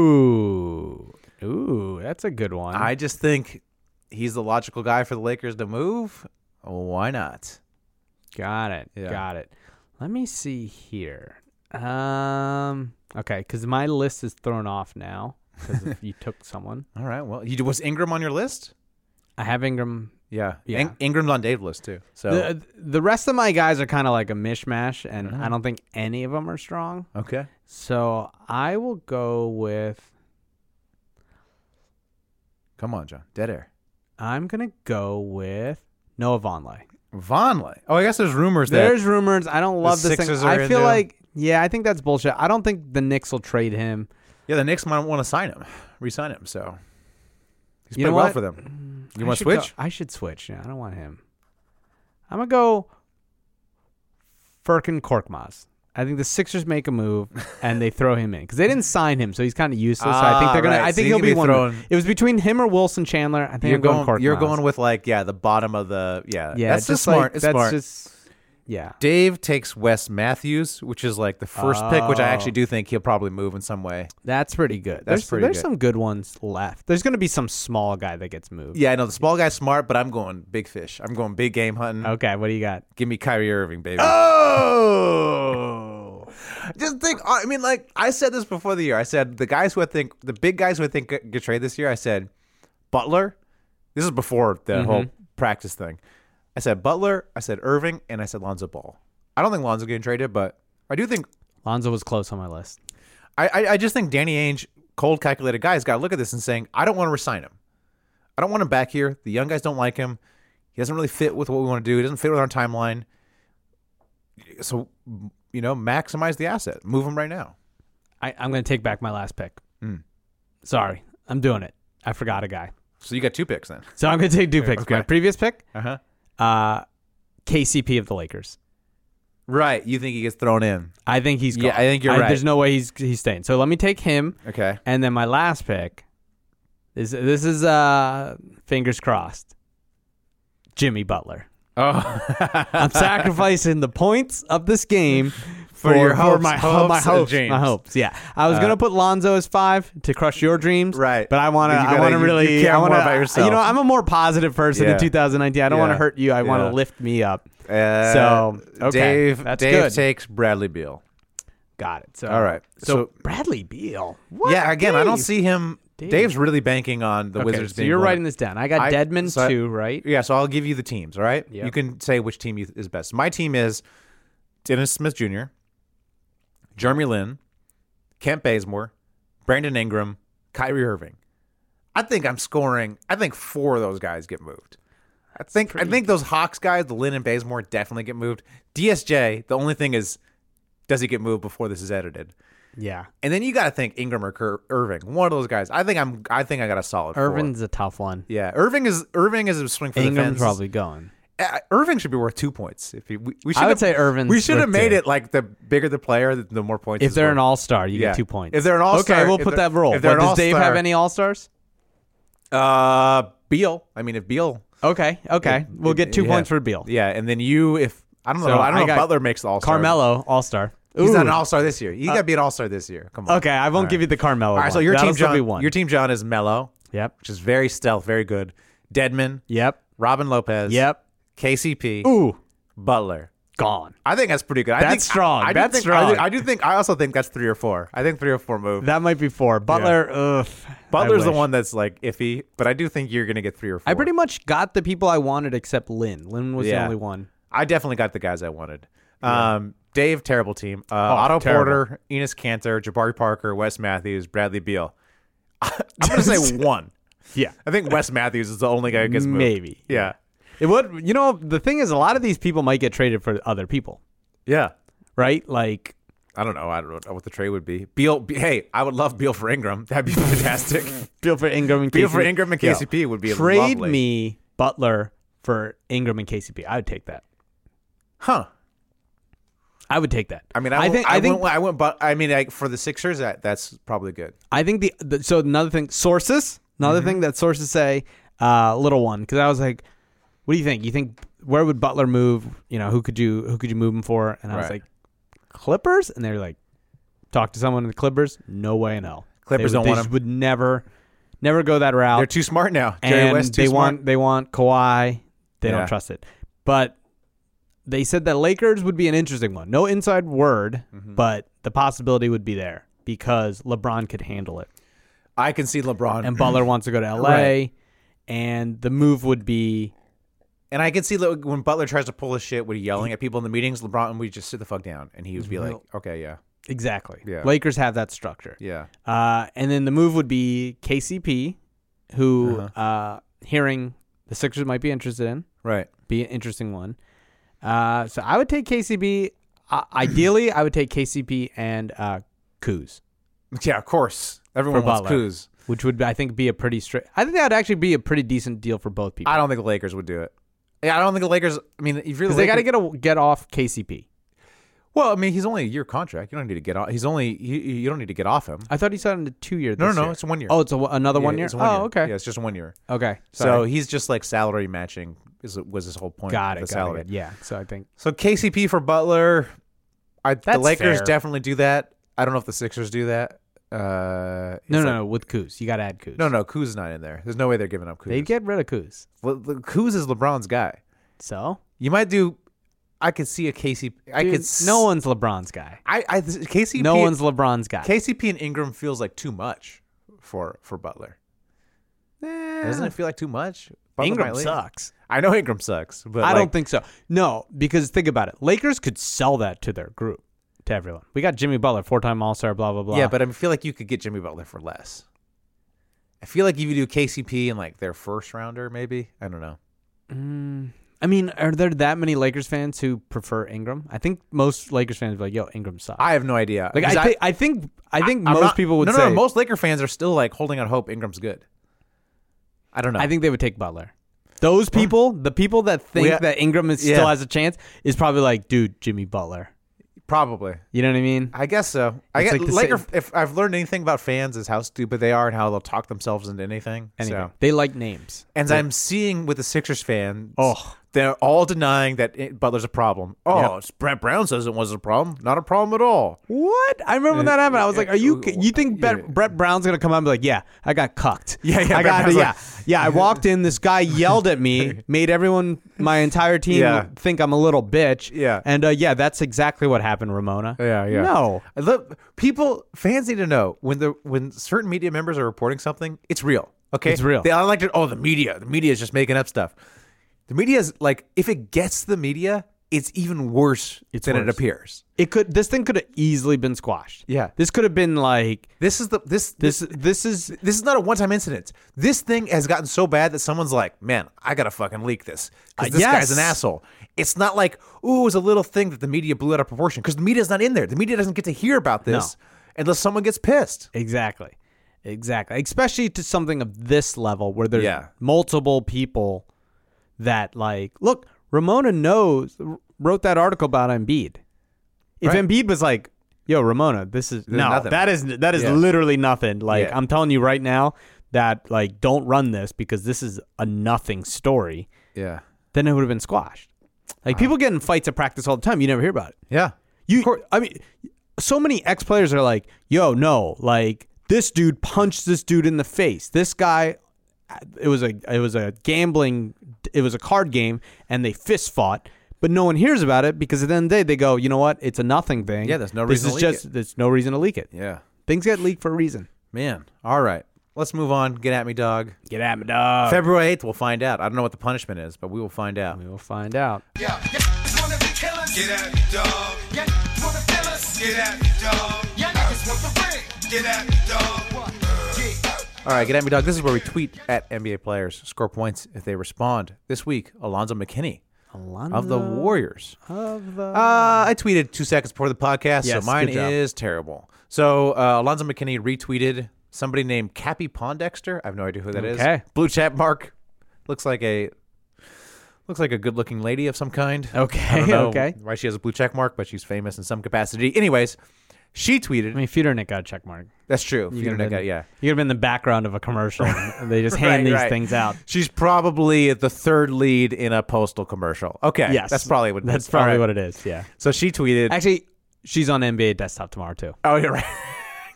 Ooh. Ooh. That's a good one.
I just think he's the logical guy for the Lakers to move. Why not?
Got it.
Yeah.
Got it. Let me see here. Um. Okay, because my list is thrown off now because
[laughs]
you took someone.
All right. Well, you, was Ingram on your list?
I have Ingram.
Yeah.
Yeah.
In- Ingram's on Dave's list too. So
The, uh, the rest of my guys are kind of like a mishmash, and
Mm-hmm.
I don't think any of them are strong.
okay.
So I will go with.
Come on, John. Dead air.
I'm gonna go with Noah Vonleh.
Vonleh. Oh, I guess there's rumors that
There's rumors. I don't love this
Sixers
thing.
are
I
in
feel
there.
like yeah, I think that's bullshit. I don't think the Knicks will trade him.
yeah, the Knicks might want to sign him, re-sign him. So he's
You
played
know
well
what?
for them. You
I
want to
should go-
switch?
I should switch. Yeah, I don't want him. I'm gonna go Firkin Korkmaz. I think the Sixers make a move and they throw him in because they didn't sign him, so he's kind of useless. so I think
Ah,
they're gonna.
right.
I
So
think
he's
he'll
gonna
be,
be
one.
thrown-
It was between him or Wilson Chandler. I think
You're
I'm going.
going. You're
Korkmaz.
going with like yeah, the bottom of the yeah.
yeah.
that's just
just like-
smart. it's
that's
smart.
just yeah.
Dave takes Wes Matthews, which is like the first pick, which I actually do think he'll probably move in some way.
That's pretty good.
That's
there's
pretty
there's
good.
some good ones left. There's gonna be some small guy that gets moved.
Yeah, I know the small guy's smart, but I'm going big fish. I'm going big game hunting.
Okay, what do you got?
Give me Kyrie Irving, baby. Oh! Just think. I mean, like I said this before the year. I said the guys who I think the big guys who I think get traded this year. I said Butler. This is before the whole practice thing. I said Butler. I said Irving, and I said Lonzo Ball. I don't think Lonzo getting traded, but I do think
Lonzo was close on my list.
I, I, I just think Danny Ainge, cold calculated guy, has got to look at this and saying, I don't want to resign him. I don't want him back here. The young guys don't like him. He doesn't really fit with what we want to do. He doesn't fit with our timeline. So, you know, maximize the asset. Move him right now.
I, I'm going to take back my last pick.
Hmm.
Sorry, I'm doing it. I forgot a guy.
So you got two picks then.
So I'm going to take two picks.
okay.
My previous pick,
Uh huh.
uh, KCP of the Lakers.
Right. You think he gets thrown in?
I think he's
Yeah,
gone.
I think you're right.
There's no way he's he's staying. So let me take him,
Okay.
and then my last pick is this is uh fingers crossed, Jimmy Butler.
Oh.
I'm sacrificing the points of this game for,
your hopes,
my,
hopes
my
and
hopes,
dreams. Uh,
my hopes. Yeah, I was gonna put Lonzo as five to crush your dreams,
Right.
But I want to,
You
I
gotta-
want to
you- you
really,
care
I
more
want
about
to,
yourself.
you know, I'm a more positive person
Yeah.
in 2019. I don't want
Yeah.
to hurt you. I want
Yeah.
to lift me up.
[laughs] Uh,
So, okay.
Dave,
That's
Dave
good.
takes Bradley Beal.
Got it. So
All right.
So,
So-
Bradley Beal. What?
yeah. Again, I don't
Dave?
see him.
Dave.
Dave's really banking on the
Okay,
Wizards.
So
being
you're
one of-
writing this down. I got
I-
Deadman
so I-
too, right?
Yeah, so I'll give you the teams, all right?
Yep.
You can say which team you is best. My team is Dennis Smith Jr., Jeremy Lin, Kent Bazemore, Brandon Ingram, Kyrie Irving. I think I'm scoring. I think four of those guys get moved. I think I think those Hawks guys, the Lin and Bazemore, definitely get moved. DSJ, the only thing is, does he get moved before this is edited?
Yeah.
And then you got to think Ingram or Kerr, Irving, one of those guys. I think I'm. I think I got a solid. four.
Irvin's a tough one.
Yeah, Irving is Irving is a swing for the
Ingram's
fence.
probably going.
Uh, Irving should be worth two points. If he, we, we should
would
have-
say Irvin's
We should have
worth
made
two.
it like the bigger the player, the, the more points.
If
is
they're
worth.
an all star, you
Yeah.
get two points.
If they're an all-star-
okay, we'll
if
put
they're-
that rule.
if they're
What,
an
does Dave have
all-star-
any all stars?
uh Beal, I mean if Beal,
Okay, okay,
If-
we'll get two
yeah.
points for Beal.
yeah, and then you if I don't know,
So
I don't
I
know if
got
Butler makes the all star.
Carmelo all star.
he's not an all star this year. He got to be an all star this year. Come on.
Okay, I won't give you the Carmelo.
All right,
one.
so your
That'll
team
still be
John,
one.
your team John is Mello,
Yep.
which is very stealth, very good. Deadman,
Yep.
Robin Lopez,
Yep.
KCP,
Ooh,
Butler.
gone.
I think that's pretty good. I
That's
think,
strong.
I, I do
That's
think, I,
strong.
do- I do think. I also think that's three or four. I think three or four move.
That might be four. Butler. Ugh.
Butler's
I
the
wish.
one that's like iffy, but I do think you're gonna get three or four.
I pretty much got the people I wanted except Lynn. Lynn was
Yeah.
the only one.
I definitely got the guys I wanted. Um, Dave, terrible team. Uh, Otto
Oh, terrible.
Porter, Enos Cantor, Jabari Parker, Wes Matthews, Bradley Beal. [laughs] I'm gonna
[laughs]
say one.
Yeah.
I think Wes Matthews is the only guy who gets moved.
Maybe.
Yeah.
It would. You know, the thing is, a lot of these people might get traded for other people,
Yeah.
right? Like,
I don't know. I don't know what the trade would be. Beal. Be- hey, I would love Beal for Ingram. That'd be [laughs] fantastic.
[laughs] Beal for Ingram and
Beal
KCP.
for Ingram and
Yo,
KCP would be
trade
lovely.
me Butler for Ingram and KCP. I would take that.
huh?
I would take that.
I mean, I, won't-
think
I,
I think
went, I went, but I mean, like for the Sixers, that that's probably good.
I think the, the so another thing sources another
Mm-hmm.
thing that sources say uh little one because I was like, what do you think? You think where would Butler move? You know who could you who could you move him for? And I was
Right.
like, Clippers, and they're like, talk to someone in the Clippers. No way in hell.
Clippers
They would-
don't want
they
him.
Would never, never go that route.
They're too smart now. Jerry
and
West too
they
smart.
want they want Kawhi. They
Yeah.
don't trust it. But they said that Lakers would be an interesting one. No inside word,
Mm-hmm.
but the possibility would be there because LeBron could handle it,
I can see LeBron
and Butler wants to go to LA,
Right.
and the move would be
And I can see Le- when Butler tries to pull his shit when he's yelling at people in the meetings, LeBron would just sit the fuck down and he would be like, okay, yeah,
exactly.
Yeah.
Lakers have that structure,
yeah.
uh, and then the move would be KCP,
Uh-huh.
who uh hearing the Sixers might be interested in,
Right. [laughs]
be an interesting one. Uh, so I would take KCP. Uh, ideally, I would take KCP and uh, Kuz
Yeah, of course. Everyone
for
wants
Butler,
Kuz.
which would I think be a pretty straight. I think that would actually be a pretty decent deal for both people
I don't think the Lakers would do it. Yeah, I don't think the Lakers. I mean, if you're the
because they got to
Lakers,
get a, get off KCP.
well, I mean, he's only a year contract. You don't need to get off. He's only you, you don't need to get off him.
I thought he signed a two year.
No, no, no, it's one year.
Oh, it's a, another
Yeah,
one year.
it's one
oh,
year.
okay,
Yeah, it's just one year.
okay.
So
Sorry.
he's just like salary matching is was his whole point.
got
of
it.
The
got
salary.
it. Yeah. So I think
So KCP for Butler. I, the
That's
Lakers
fair.
definitely do that. I don't know if the Sixers do that. Uh,
no,
it's
no,
like-
no. With Kuz, you got to add Kuz.
no, no. Kuz is not in there. There's no way they're giving up Kuz.
They'd get rid of Kuz.
well, the- Kuz is LeBron's guy.
So
You might do. I could see a KCP. I
Dude,
could. s-
no one's LeBron's guy.
I, I KCP.
No one's LeBron's guy.
KCP and Ingram feels like too much for for Butler. Doesn't it feel like too much? Butler
Ingram
might leave.
sucks.
I know Ingram sucks, but
I
like,
don't think so. No, because think about it. Lakers could sell that to their group, to everyone. We got Jimmy Butler, four time All Star, blah, blah, blah.
Yeah, but I feel like you could get Jimmy Butler for less. I feel like if you do KCP and like their first rounder, maybe I don't know.
I mean, are there that many Lakers fans who prefer Ingram? I think most Lakers fans are like, yo, Ingram sucks.
I have no idea.
like,
Because
I, thi- I think I think
I'm
most
not-
people would
no,
say,
no, no. Most Laker fans are still like holding out hope Ingram's good. I don't know.
I think they would take Butler. Those people, the people that think
We-
that Ingram is,
yeah.
still has a chance, is probably like, dude, Jimmy Butler.
probably.
You know what I mean?
I guess so. I
It's
guess
like the
Laker.
same-
If I've learned anything about fans, is how stupid they are and how they'll talk themselves into anything.
Anyway,
So,
They like names.
and I'm seeing with the Sixers fans,
Oh.
they're all denying that it, Butler's a problem. Oh, Brett Brown says it wasn't a problem. Not a problem at all.
What? I remember when that happened. I was like, "Are you?
Yeah.
You think Bet-
Yeah.
Brett Brown's gonna come out and be like, yeah, I got cucked.
Yeah, yeah,
I
Brett
got,
Brown's
[laughs] yeah,
like-
[laughs] yeah. I walked in. This guy yelled at [laughs] me, made everyone, my entire team,
Yeah.
think I'm a little bitch.
Yeah.
and uh, yeah, that's exactly what happened, Ramona.
Yeah, yeah.
No,
I love people. Fans need to know when the when certain media members are reporting something, it's real. Okay,
It's real.
They I like to. Oh, the media. The media is just making up stuff. The media is like if it gets the media, it's even worse
It's
than it
worse.
appears.
it could. This thing could have easily been squashed.
Yeah.
this could have been like
This is the this
this. This is
This is not a one-time incident. This thing has gotten so bad that someone's like, "Man, I gotta fucking leak this because
Uh,
this guy's an
yes.
asshole." It's not like, "Ooh, it was a little thing that the media blew out of proportion," because the media's not in there. The media doesn't get to hear about this unless someone gets pissed.
Exactly. Exactly. Especially to something of this level where there's
Yeah.
multiple people that like look, Ramona knows wrote that article about Embiid. If
Right.
Embiid was like, "Yo, Ramona, this is no,
nothing."
that is that is
Yeah.
literally nothing." Like
Yeah.
I'm telling you right now that like don't run this because this is a nothing story,
Yeah,
then it would have been squashed.
Uh-huh.
Like people get in fights at practice all the time, you never hear about it.
yeah.
You, I mean, so many ex players are like, "Yo, no, like this dude punched this dude in the face. This guy, it was a, it was a gambling, it was a card game, and they fist fought." But no one hears about it because at the end of the day they go, you know what? It's a nothing thing.
Yeah, there's no
this
reason
Is
to leak
just there's no reason to leak it.
Yeah.
Things get leaked for a reason.
Man. All right. Let's move on. Get at me, dog.
Get at me, dog.
February 8th, we'll find out. I don't know what the punishment is, but we will find out.
We'll find out.
Yeah, yeah, wanna be killers. Get at me, dog. Yeah, wanna feel us. Get at me, dog. Yeah, niggas want the ring. Get at me, dog. Yeah.
All right, get at me, dog. This is where we tweet at NBA players, score points if they respond. This week, Alonzo McKinney of the Warriors.
Of the-
Uh, I tweeted two seconds before the podcast,
Yes,
so mine
good job.
is terrible. So uh, Alonzo McKinney retweeted somebody named Cappy Pondexter. I have no idea who that is.
Okay.
Blue chat mark. Looks like a looks like a good looking lady of some kind.
Okay,
I don't know
[laughs] okay.
Why she has a blue check mark, but she's famous in some capacity. Anyways, she tweeted.
I mean, Feudernick got a check mark.
that's true. You
could've
know,
been-
yeah.
You could have been in the background of a [laughs] commercial. and they just hand
Right,
these
right.
things out.
She's probably the third lead in a postal commercial. Okay.
Yes,
That's probably what.
That's probably
All right.
what it is. Yeah.
So she tweeted.
Actually, she's on NBA Desktop tomorrow [laughs] too.
oh, you're right. [laughs]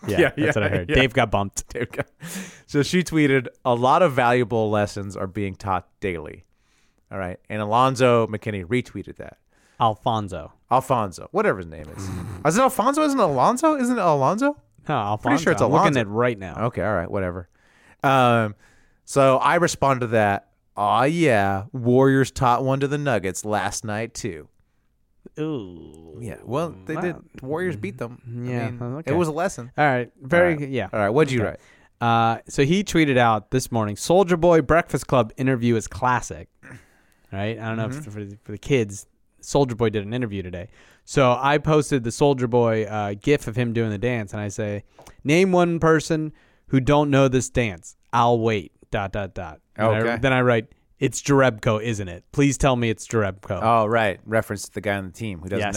Yeah,
Yeah,
that's what I
yeah,
heard.
yeah.
Dave got bumped.
Okay. So she tweeted, a lot of valuable lessons are being taught daily. All right. And Alonzo McKinney retweeted that.
Alfonso.
Alfonso, whatever his name
[laughs]
is. is it Alfonso? Isn't it Alonzo? Isn't it Alonzo?
No, Alfonso.
Pretty sure it's
I'm looking
Alonso.
at right now.
Okay. All right. Whatever. Um, so I responded to that. Aw, yeah. Warriors taught one to the Nuggets last night, too.
Oh. Ooh.
Yeah. Well, they
Wow.
did. Warriors beat them.
Yeah,
I mean,
okay.
It was a lesson.
All right. Very
All right.
good. yeah.
All right. What'd you
Okay.
write?
Uh, so he tweeted out this morning,
Mm-hmm.
Soldier Boy Breakfast Club interview is classic. Right? I don't know if it's for, the- for the kids Soldier Boy did an interview today. So I posted the Soldier Boy uh, gif of him doing the dance, and I say, "Name one person who don't know this dance. I'll wait." Dot dot dot. And I-
Okay.
then I write, "It's Jarebko, isn't it? Please tell me it's Jarebko."
Oh, right. Reference to the guy on the team who doesn't
yes.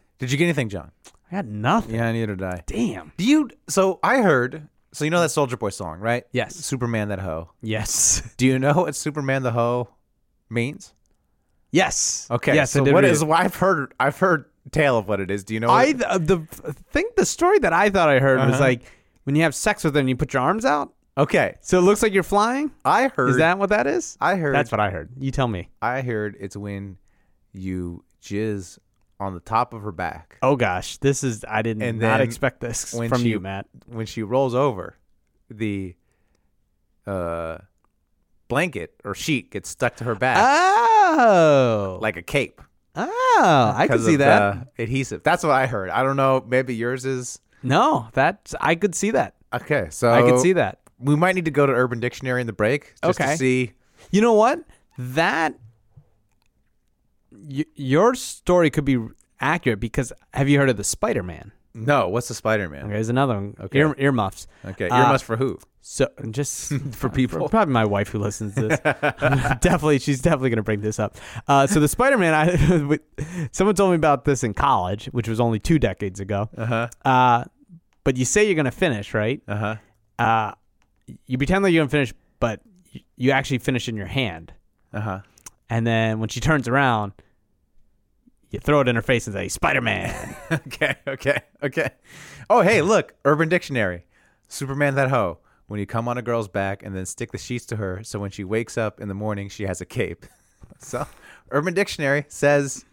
know. Did you get anything, John?
I got nothing.
Yeah, neither did I.
Damn.
Do you? So I heard. So you know that Soldier Boy song, right?
Yes.
Superman that hoe.
Yes. [laughs]
Do you know what Superman the hoe means?
Yes.
Okay.
Yes.
So
I did
what
read
is?
it.
I've heard. I've heard tale of what it is. Do you know?
I
What
th- uh, the think the story that I thought I heard was
Uh-huh.
like when you have sex with them, you put your arms out,
okay.
so it looks like you're flying.
I heard.
Is that what that is?
I heard.
That's what I heard. You tell me.
I heard. It's when you jizz on the top of her back
Oh gosh, this is I did
And
not
then
expect this
when
from
she-
you, Matt.
when she rolls over. The uh, blanket or sheet gets stuck to her back
Oh,
like a cape.
oh, I could
because
see
of
that.
the adhesive. That's what I heard. I don't know. Maybe yours is
no, that's I could see that.
okay. So
I could see that.
We might need to go to Urban Dictionary in the break just
Okay.
to see.
You know what? That y- your story could be accurate because have you heard of the Spider Man?
No, what's the Spider Man?
Okay, there's another one. Okay, Ear, earmuffs.
Okay,
Uh,
earmuffs for who?
So [laughs] just for people, probably my wife who listens to this.
[laughs]
definitely, she's definitely going to bring this up. Uh, so the Spider Man, I [laughs] with- someone told me about this in college, which was only two decades ago. Uh-huh. but you say you're going to finish, right?
Uh huh.
Uh, you pretend like you're going to finish, but y- you actually finish in your hand.
Uh
uh-huh.
huh.
And then when she turns around, you throw it in her face and say, Spider Man.
Okay. Okay. Okay. Oh, hey, look, Urban Dictionary. Superman that hoe. When you come on a girl's back and then stick the sheets to her, so when she wakes up in the morning, she has a cape. [laughs] So, Urban Dictionary says,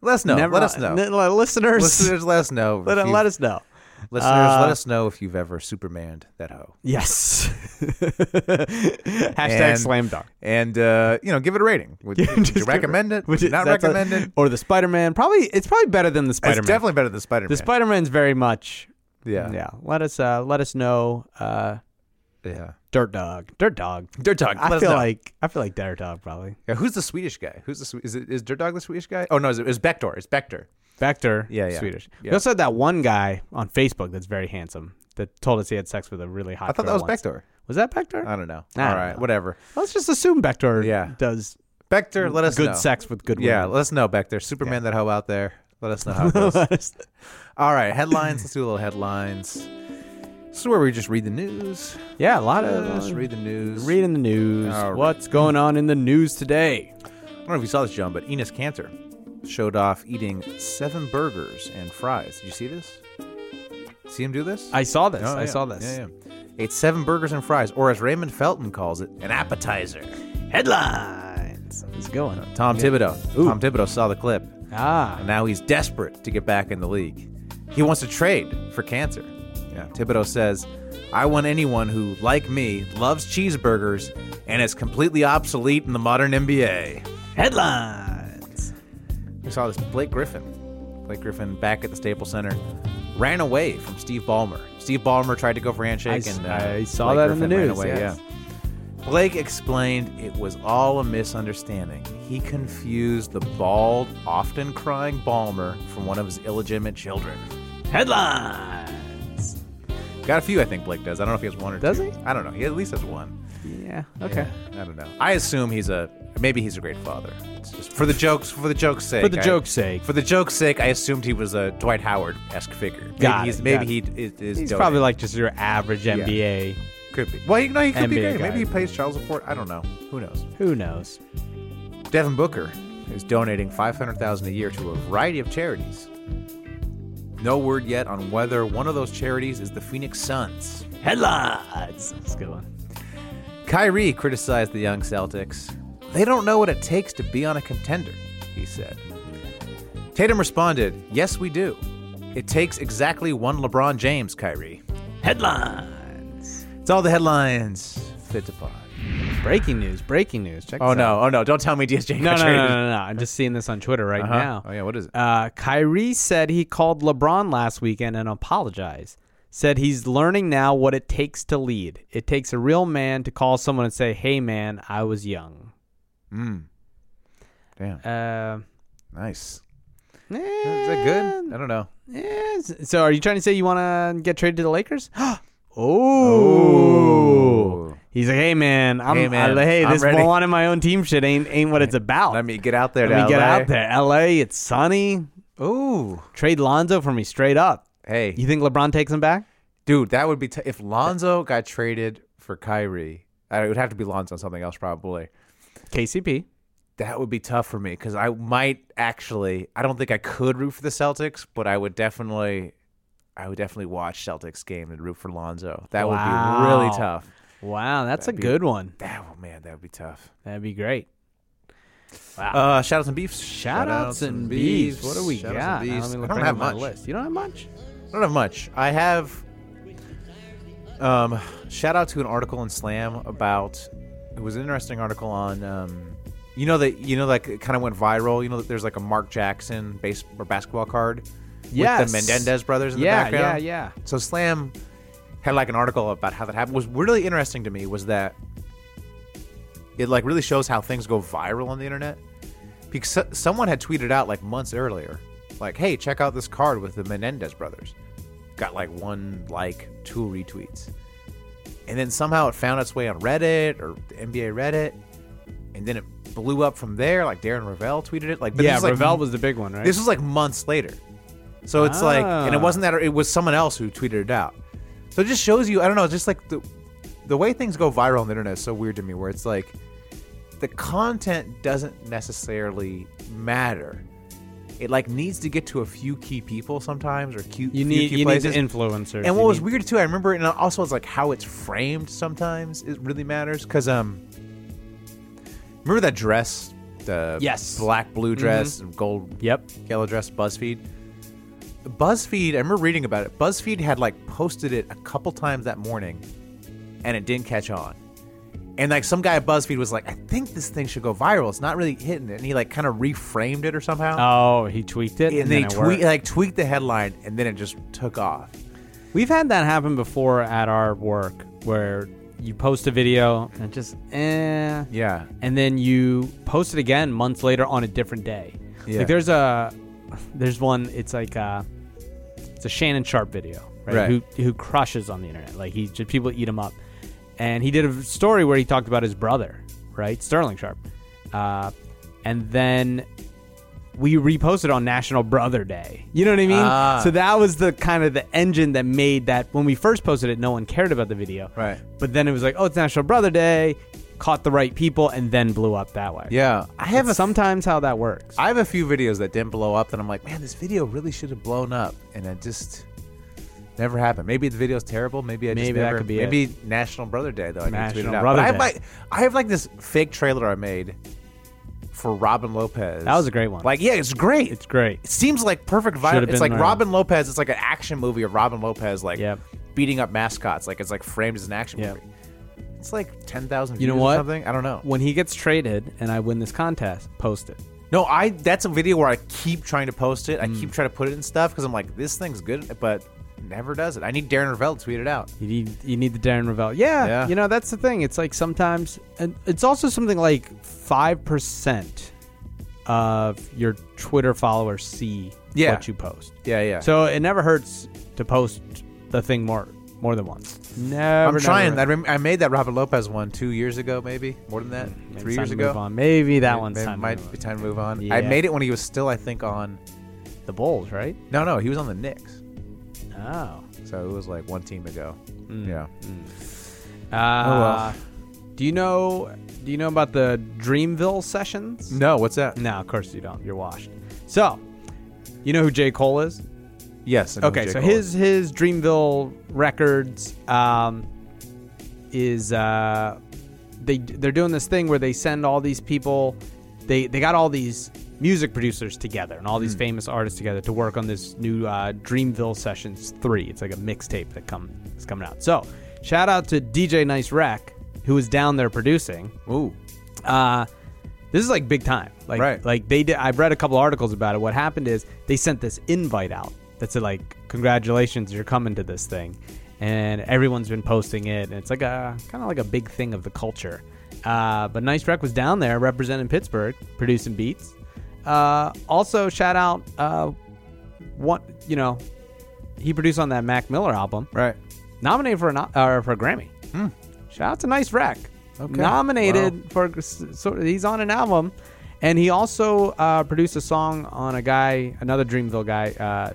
"Let us know. let us know,
Listeners,
listeners. Let us know.
[laughs] let,
if you-
let us know.
Listeners,
Uh,
let us know if you've ever Supermaned that hoe.
Yes. [laughs] Hashtag
And-
slam dunk.
And, uh, you know, give it a
[laughs]
rating. Would, would
Just
you
give
recommend it? Would
Which
you
is-
not
that's a-
recommend
[laughs]
it?
Or the Spider Man. Probably it's probably better than the Spider Man.
It's definitely better than Spider Man.
the Spider Man's very much
yeah.
yeah. Let us uh let us know uh
Yeah.
Dirt Dog. Dirt Dog.
Dirt Dog.
I
let us
feel
know.
like I feel like Dirt Dog probably.
Yeah, who's the Swedish guy? Who's the Swe- is it is Dirt Dog the Swedish guy? Oh no, is it is Bector? It's Bector.
Vector,
Yeah, yeah.
Swedish. We
Yeah.
also had that one guy on Facebook that's very handsome that told us he had sex with a really hot
I thought that
girl
was
once.
Bector.
Was that Vector?
I don't know.
I
All
don't
right,
know.
whatever.
Let's just assume Vector
Yeah.
does
Bector, let us
good
know.
sex with good
Yeah,
women.
let us know, Bector. Superman that hoe out there. Let us know how it
[laughs]
goes.
Let us-
All right, headlines. Let's do a little headlines. This is where we just read the news.
yeah, a lot of
Just read the news.
Reading the news.
All right.
What's going on in the news today?
I don't know if you saw this, John, but Enos Cantor showed off eating seven burgers and fries. Did you see this? See him do this?
I saw this.
Oh,
I
yeah.
saw this.
Yeah, yeah. Ate seven burgers and fries, or as Raymond Felton calls it, an appetizer.
Headlines. It's going.
Tom Thibodeau. Tom Thibodeau saw the clip,
Ah.
and now he's desperate to get back in the league. He wants to trade for cancer. Yeah. Thibodeau says, I want anyone who, like me, loves cheeseburgers and is completely obsolete in the modern NBA.
Headlines.
We saw this Blake Griffin. Blake Griffin back at the Staples Center ran away from Steve Ballmer. Steve Ballmer tried to go for handshake,
I s-
and uh,
I saw
Blake
that in the
Griffin ran
news,
away,
yes.
yeah. Blake explained it was all a misunderstanding. He confused the bald, often crying Ballmer from one of his illegitimate children.
Headlines.
Got a few, I think Blake does. I don't know if he has one or
Does
two.
he?
I don't know. He at least has one.
Yeah. Okay.
I don't know. I assume he's a maybe he's a great father. It's just for the jokes, for the jokes sake.
For the
I-
joke's sake.
For the joke's sake, I assumed he was a Dwight Howard esque figure. Maybe
Got
he's
it,
maybe
got
he is, is
He's
donating.
probably like just your average NBA.
could be. Well, you know, he could be
NBA
great.
guy.
Maybe he plays child support. I don't know. Who knows?
Who knows?
Devin Booker is donating five hundred thousand a year to a variety of charities. No word yet on whether one of those charities is the Phoenix Suns.
Headlines. That's a good one.
Kyrie criticized the young Celtics. They don't know what it takes to be on a contender, he said. Tatum responded, Yes, we do. It takes exactly one LeBron James, Kyrie.
Headlines.
It's all the headlines. Fit to pod.
Breaking news. Breaking news. Check.
Oh,
this out.
no. Oh, no. Don't tell me DSJ.
[laughs] No, no, no, no, no, [laughs] no. I'm just seeing this on Twitter right
Uh-huh.
now.
Oh, yeah, what is it?
Uh, Kyrie said he called LeBron last weekend and apologized. Said he's learning now what it takes to lead. It takes a real man to call someone and say, "Hey, man, I was young."
Mm. Damn.
Uh,
Nice.
Eh,
Is that good? I don't know.
eh, s- So are you trying to say you want to get traded to the Lakers? [gasps] oh. He's like, hey man, I'm,
Hey,
hey,
man,
hey
I'm
this
ready."
one of my own team shit ain't ain't what it's about.
Let me get out there.
Let
to
me get
LA.
out there. LA, it's sunny.
Ooh.
Trade Lonzo for me straight up.
Hey,
You think LeBron takes him back?
dude, that would be t- if Lonzo got traded for Kyrie. uh, It would have to be Lonzo, something else probably.
KCP.
That would be tough for me because I might actually. I don't think I could root for the Celtics, but I would definitely. I would definitely watch Celtics game and root for Lonzo. That would be
Wow.
really tough.
Wow, that's a good one.
That oh man, that would be tough.
That'd be great.
Uh, shout outs and beefs.
Shout outs and beefs. What do we
Shout outs
got?
and beefs.
Let me
I
look
don't
back
have
at my
much.
List. You don't have much?
I don't have much. I have um shout out to an article in Slam about it was an interesting article on um you know that you know like it kind of went viral. You know that there's like a Mark Jackson base or basketball card
Yes.
with the Mendez brothers in
Yeah,
the background.
yeah, yeah.
So Slam had like an article about how that happened. Was really interesting to me was that it like really shows how things go viral on the internet because so- someone had tweeted out like months earlier, like, "Hey, check out this card with the Menendez brothers." Got like one like, two retweets, and then somehow it found its way on Reddit or the NBA Reddit, and then it blew up from there. Like Darren Ravel tweeted it, like, but
yeah,
this is, like,
Ravel was the big one, right?
this was like months later. So it's like, and it
Ah.
wasn't that it was someone else who tweeted it out. So it just shows you, I don't know, just like the the way things go viral on the internet is so weird to me, where it's like the content doesn't necessarily matter. It like needs to get to a few key people sometimes, or cute. few
you need
key
you need
places.
the influencers.
And
You
what was
need-
weird too, I remember, and also it's like how it's framed sometimes. It really matters because um, remember that dress, the
Yes. Mm-hmm.
black blue dress, gold
Yep.
yellow dress. Buzzfeed. Buzzfeed. I remember reading about it. Buzzfeed had like posted it a couple times that morning, and it didn't catch on. And like some guy at Buzzfeed was like, I think this thing should go viral. It's not really hitting it, and he like kind of reframed it or somehow.
Oh, he tweaked it.
and,
And,
then,
it
he
worked.
tweet, like tweaked the headline, and then it just took off.
We've had that happen before at our work where you post a video and it just eh.
Yeah.
And then you post it again months later on a different day.
Yeah.
Like there's a there's one it's like uh it's a Shannon Sharp video, right?
Right.
Who who crushes on the internet. Like he just people eat him up. And he did a story where he talked about his brother, right? Sterling Sharp. Uh and then we reposted on National Brother Day. You know what I mean?
Ah.
So that was the kind of the engine that made that when we first posted it, no one cared about the video.
Right.
But then it was like, oh, it's National Brother Day, caught the right people, and then blew up that way.
Yeah, I have
It's
a
sometimes how that works.
I have a few videos that didn't blow up that I'm like, man, this video really should have blown up, and it just never happened. Maybe the video's terrible. Maybe I just
Maybe that
never-
could be
maybe National Brother Day though. I need to tweet it
National
out.
Brother
but I have
Day.
like I have like this fake trailer I made for Robin Lopez.
That was a great one.
Like, yeah, it's great.
it's great.
it seems like perfect
Should
vibe.
have
It's like
been viral.
Robin Lopez. It's like an action movie of Robin Lopez, like
Yep.
beating up mascots. Like it's like framed as an action
Yep.
movie. It's like ten thousand.
You know
views
what?
Or something I don't know.
When he gets traded and I win this contest, post it.
No, I. That's a video where I keep trying to post it. I
Hmm.
keep trying to put it in stuff because I'm like, this thing's good, but never does it. I need Darren Ravel to tweet it out.
You need you need the Darren Ravel. Yeah,
Yeah.
you know that's the thing. It's like sometimes, and it's also something like five percent of your Twitter followers see
Yeah.
what you post.
Yeah, yeah.
So it never hurts to post the thing more more than once. Never.
I'm
never
trying. I,
hurts.
rem- I made that Robert Lopez one two years ago, maybe more than that,
Hmm. It's
three
time
years
to
ago.
move on. Maybe that
It-
one's
it
time. to
might
move
be
on.
time to move on. I
Yeah.
made it when he was still, I think, on.
The Bulls, right?
No, no, he was on the Knicks,
Oh.
so it was like one team ago.
Hmm.
Yeah.
Uh, Do you know? Do you know about the Dreamville sessions?
No, what's that?
No, of course you don't. You're washed. So, you know who J. Cole is?
Yes. I know
Okay,
J.
so
Cole.
his his Dreamville Records um, is uh, they they're doing this thing where they send all these people, they they got all these music producers together and all these famous artists together to work on this new uh, Dreamville Sessions Three. It's like a mixtape that come is coming out. So shout out to DJ Nice Rack who was down there producing
Ooh.
uh, this is like big time. Like,
Right.
like they did. I've read a couple articles about it. What happened is they sent this invite out that said like, "Congratulations, you're coming to this thing," and everyone's been posting it, and it's like a kind of like a big thing of the culture. Uh, but Nice Rec was down there representing Pittsburgh, producing beats. Uh, also, shout out uh, one. You know, he produced on that Mac Miller album.
Right.
Nominated for an o- uh, for a Grammy. Shout out to Nice Rack.
Okay.
Nominated for so he's on an album, and he also uh, produced a song on a guy, another Dreamville guy, uh,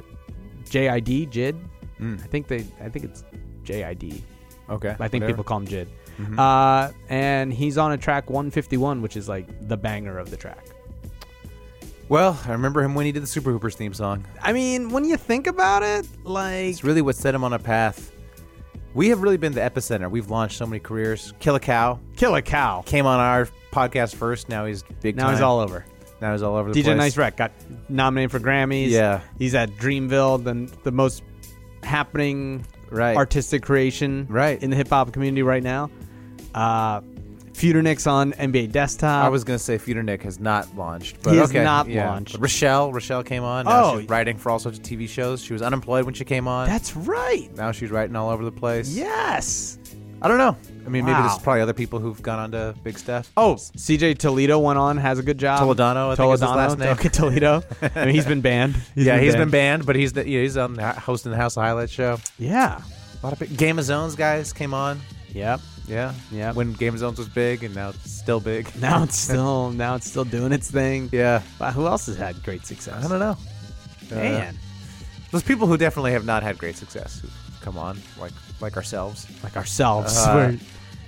JID Jid. I think they. I think it's JID.
Okay.
I think
whatever.
people call him Jid. Uh, and he's on a track 151, which is like the banger of the track.
Well, I remember him when he did the Super Hoopers theme song.
I mean, when you think about it, like
It's really what set him on a path. We have really been the epicenter. We've launched so many careers. Kill a cow
kill a cow.
came on our podcast first. Now he's big.
Now he's
time.
all over.
Now he's all over the
DJ
place.
Nice Rec got nominated for Grammys.
Yeah.
he's at Dreamville, the the most happening
Right.
artistic creation
Right.
in the hip hop community right now. Uh, Feudernix on NBA Desktop.
I was gonna say Feeder Nick has not launched. But
He has
okay,
not
yeah.
launched.
Rochelle, Rochelle came on. Now
Oh.
she's writing for all sorts of TV shows. She was unemployed when she came on.
That's right.
now she's writing all over the place.
Yes.
I don't know. I mean, maybe
Wow.
there's probably other people who've gone on to big stuff.
Oh, CJ Toledo went on, has a good job.
Toledano, I think is his
Toledano,
last name. [laughs]
Okay, Toledo. I mean, he's been banned.
yeah,
he's
he's been banned, but he's the, yeah, he's on hosting the House of Highlights show.
Yeah.
A lot of big, Game of Zones guys came on.
Yep.
Yeah,
Yeah.
When Game of Zones was big, and now it's still big.
Now it's still now it's still doing its thing.
Yeah,
But who else has had great success?
I don't know. Uh,
Man,
there's people who definitely have not had great success who've come on, like like ourselves.
like ourselves,
Uh,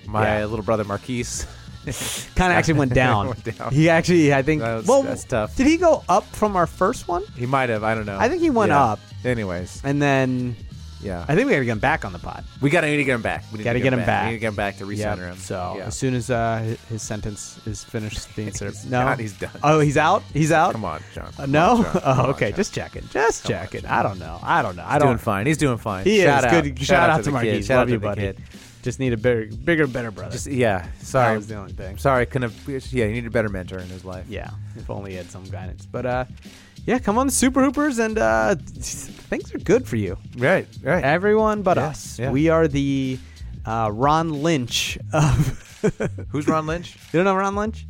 we're
My
Yeah.
little brother Marquise.
kind
[laughs]
of actually went down.
Went down.
He actually, I think.
That was-
well,
that's tough.
Did he go up from our first one?
He might have. I don't know.
I think he went
Yeah.
up.
Anyways,
And then
yeah.
I think we got to get him back on the pod.
we gotta need to get him back. We need
Gotta
to
get him back.
We need to get him back to recenter
Yeah.
him.
So
Yeah.
as soon as uh, his- his sentence is finished
[laughs]
being served, no,
not. He's done.
Oh, he's out. He's out.
come on, John.
Uh, no.
Come on, John. Come
oh,
on,
okay.
John.
Just checking. Just checking. I don't know. I don't know. I
He's
don't.
doing fine. He's doing fine.
He
shout
is
Out.
good. Shout out to
the kid.
Marquise.
Shout out
Love
to
you,
the
buddy.
kid.
Just need a bigger, bigger, better brother.
Just yeah. Sorry.
was the only thing.
Sorry. Couldn't. Have, yeah. He needed a better mentor in his life.
yeah. If only he had some guidance. But uh, yeah. Come on, Super Hoopers, and uh, things are good for you.
Right. Right.
Everyone but
Yeah,
us.
yeah.
We are the uh, Ron Lynch of. [laughs]
Who's Ron Lynch?
You don't know Ron Lynch?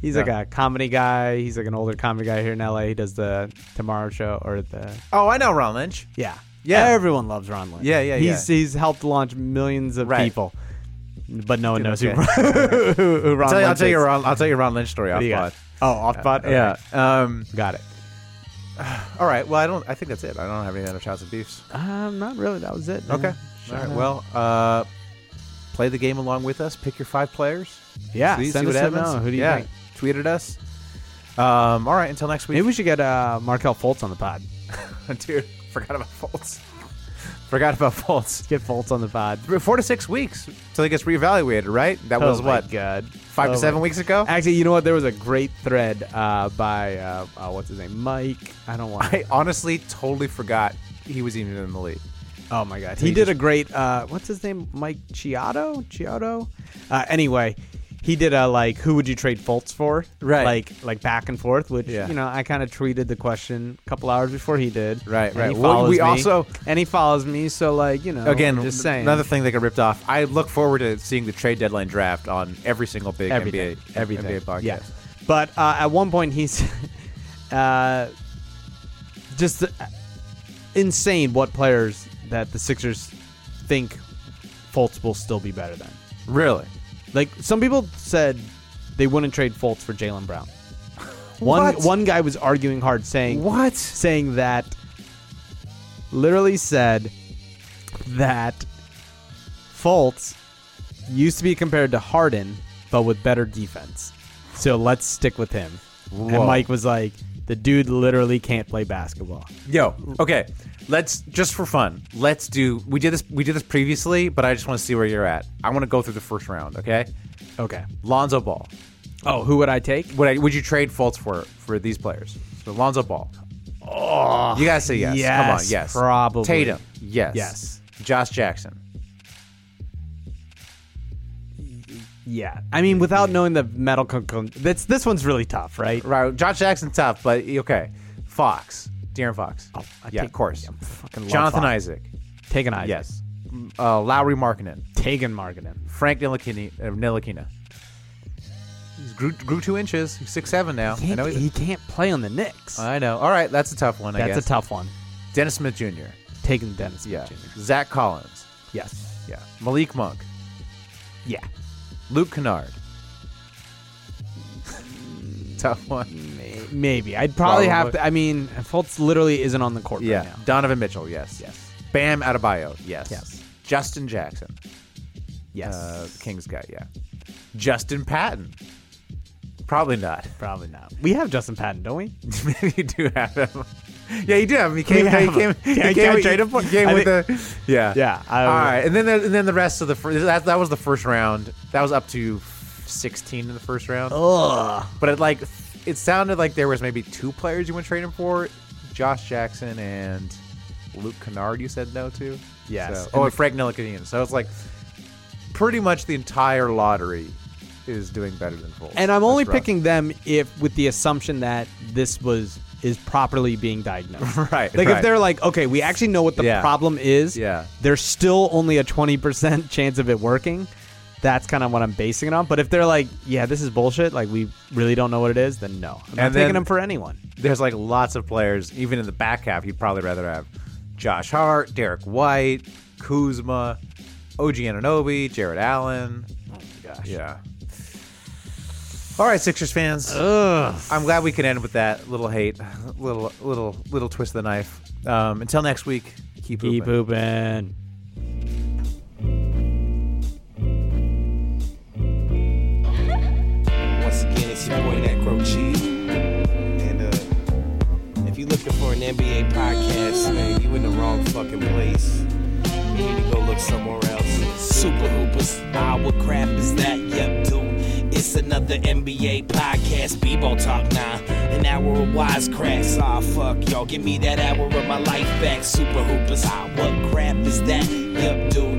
He's
No.
like a comedy guy. He's like an older comedy guy here in LA. He does the Tomorrow Show or the
oh, I know Ron Lynch.
yeah
Yeah.
Everyone loves Ron Lynch.
Yeah, yeah,
He's he's helped launch millions of
Right.
people, but no one knows
okay.
who, [laughs] who, who Ron
I'll tell you, I'll
Lynch
tell you,
is.
Ron, I'll tell you Ron Lynch story
What
off
do you
pod.
got? Oh, off bot.
Yeah. Um,
got it.
all right. Well, I don't. I think that's it. I don't have any other shouts and beefs.
Um, not really. That was it. man.
Okay.
Shout
All right.
out.
Well, uh, play the game along with us. Pick your five players.
yeah.
See,
send
see
us
what
a
happens.
note. Who do you
yeah.
think?
Tweet at us. Um, all right. Until next week.
Maybe we should get uh, Markel Fultz on the [laughs] pod.
[laughs] Dude, forgot about Fultz. forgot about Fultz.
Get Fultz on the pod.
Four to six weeks till he gets reevaluated, right? That was
oh my
what
God.
five
Oh
to
my
seven weeks ago.
Actually, you know what? There was a great thread uh, by uh, uh, what's his name, Mike. I don't [laughs] want.
I honestly totally forgot he was even in the league.
oh my god, he
he
did
just-
a great. Uh, what's his name, Mike Chiotto? Chiotto. Uh, anyway, he did a like, who would you trade Fultz for?
Right.
Like, like back and forth. Which
Yeah.
you know, I kind of tweeted the question a couple hours before he did.
Right,
And
right.
He
Well,
follows
we
me,
also-
and he follows me, so like you know,
Again,
just saying
another thing that got ripped off. I look forward to seeing the trade deadline draft on every single big
everything,
NBA
everything,
NBA podcast.
Yeah. But uh, at one point, he's [laughs] uh, just uh, insane what players that the Sixers think Fultz will still be better than.
Really?
Like some people said, they wouldn't trade Fultz for Jalen Brown. One
What?
one guy was arguing hard, saying
What?
saying that literally said that Fultz used to be compared to Harden, but with better defense. So let's stick with him.
Whoa.
And Mike was like, the dude literally can't play basketball.
Yo. Okay. Let's just for fun. Let's do. We did this. We did this previously, but I just want to see where you're at. I want to go through the first round. Okay.
Okay.
Lonzo Ball.
Oh, who would I take?
Would I, would you trade Fultz for for these players? So Lonzo Ball. Oh. You gotta say yes. Come on.
yes,
Yes.
probably.
Tatum. Yes.
Yes.
Josh Jackson.
Yeah. I mean, without knowing the metal, con- con- that's this one's really tough, right?
Right. Josh Jackson. Tough, but okay. Fox. De'Aaron Fox.
Oh, I
yeah.
take-
of course.
I fucking love
Jonathan
Fox.
Isaac.
Taken Isaac.
Yes. Uh, Lowry Markinen.
Taken Marketing.
Frank Nilakina. Uh, Ntilikina. He's grew, grew two inches. He's six seven now. I
Can't,
know.
he
He's,
can't play on the Knicks.
I know. All right, that's a tough one. I
That's
guess.
a tough one.
Dennis Smith Jr.
Taking Dennis Smith
Yeah.
Jr.
Zach Collins.
Yes.
Yeah. Malik Monk.
Yeah.
Luke Kennard. [laughs] tough one.
Maybe. I'd probably, have
Probably.
to. I mean, Fultz literally isn't on the court
Yeah. Uh,
right now.
Donovan Mitchell. Yes.
Yes.
Bam Adebayo. Yes.
Yes.
Justin Jackson.
Yes.
Uh, Kings guy. Yeah. Justin Patton. Probably not.
probably not. We have Justin Patton,
[laughs]
don't we?
Maybe you do have him. Yeah, you do have him. He came.
We
he
have
came.
him.
He
Yeah,
came,
he came
with,
trade
he
him for-
came
I
with
think-
the. Yeah.
Yeah, I
All
don't know.
right, and then the, and then the rest of the first, that that was the first round. That was up to sixteen in the first round.
Ugh.
But it like it sounded like there was maybe two players you want to trade him for, Josh Jackson and Luke Kennard. You said no to.
Yes.
So, oh, and Frank Ntilikina. So it's like pretty much the entire lottery is doing better than Fultz.
And I'm only
That's rough.
picking them if with the assumption that this was is properly being
[laughs]
diagnosed.
Right,
Like
right.
if they're like, okay, we actually know what the
Yeah.
problem is.
Yeah.
There's still only a 20% [laughs] chance of it working. That's kind of what I'm basing it on. But if they're like, yeah, this is bullshit, like we really don't know what it is, then no. I'm not
And
taking
then-
them for anyone.
there's like lots of players, even in the back half, you'd probably rather have Josh Hart, Derek White, Kuzma, OG Ananobi, Jared Allen. Oh my gosh. Yeah. All right, Sixers fans. I'm glad we can end with that little hate, little little little twist of the knife. Um, until next week, keep
Keep
hooping.
pooping.
Once again, it's your boy Necro G. And uh, if you're looking for an NBA podcast, man, you in the wrong fucking place. You need to go look somewhere else. Super Hoopers, ah, what crap is that? Yep, dude. It's another NBA podcast, Bebo Talk now. An hour of wisecracks, ah, fuck y'all. Give me that hour of my life back, Super Hoopers. Ah, what crap is that? Yep, dude.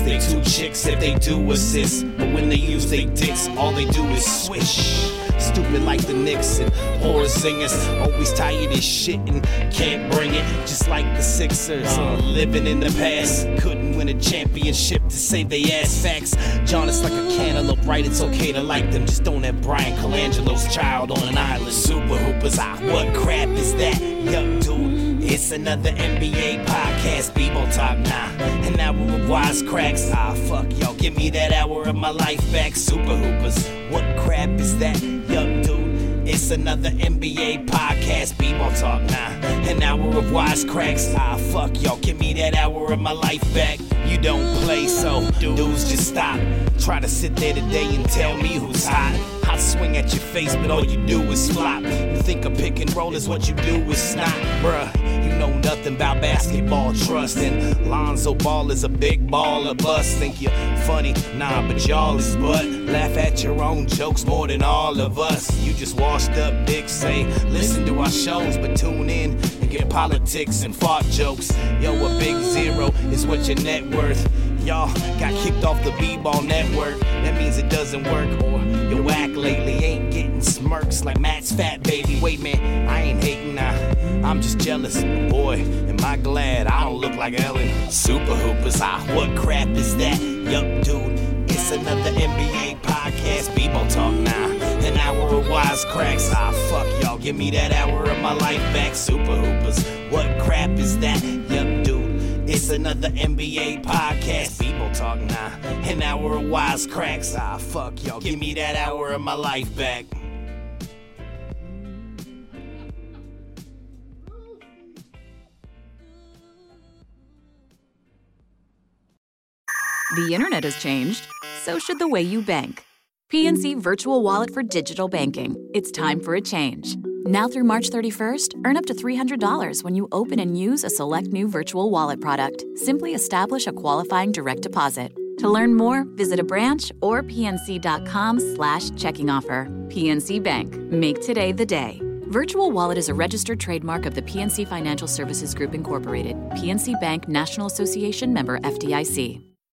they two chicks if they do assist. But when they use they dicks, all they do is swish. Stupid like the Knicks and horror singers. Always tired as shit and can't bring it. Just like the Sixers. uh, living in the past. Couldn't win a championship to save they ass facts. John is like a cantaloupe, right? It's okay to like them. Just don't have Brian Colangelo's child on an island. Super hoopers. Ah, what crap is that? Yup, dude. It's another NBA podcast, Bebo Top Nah. An hour of wisecracks. Ah, fuck y'all. Give me that hour of my life back, Super Hoopers. What crap is that? Yup, dude. It's another NBA podcast, Bebo Talk Nah. An hour of wisecracks. Ah, fuck y'all. Give me that hour of my life back. You don't play, so dudes just stop. Try to sit there today and tell me who's hot. I swing at your face, but all you do is flop. You think a pick and roll is what you do is snot, bruh. You know nothing about basketball trust. And Lonzo Ball is a big baller bust. Think you funny? Nah, but y'all is butt. Laugh at your own jokes more than all of us. You just washed up dicks, say, listen to our shows, but tune in and get politics and fart jokes. Yo, a big zero is what your net worth. Y'all got kicked off the B-ball network. That means it doesn't work or you're whack lately. Ain't getting smirks like Matt's fat baby. Wait, man, I ain't hating now. I'm just jealous. Boy, am I glad I don't look like Ellen. Super Hoopers, ah, what crap is that? Yup, dude, it's another NBA podcast. People talk now. An hour of wisecracks. Ah, fuck y'all. Give me that hour of my life back. Super Hoopers, what crap is that? Yup, dude. It's another NBA podcast. People talk now. An hour of wisecracks. Ah, fuck y'all. Give me that hour of my life back.
The internet has changed, so should the way you bank. PNC Virtual Wallet for Digital Banking. It's time for a change. Now through March 31st, earn up to $300 when you open and use a select new virtual wallet product. Simply establish a qualifying direct deposit. To learn more, visit a branch or pnc.com slash checking offer. PNC Bank. Make today the day. Virtual Wallet is a registered trademark of the PNC Financial Services Group, Incorporated. PNC Bank National Association member FDIC.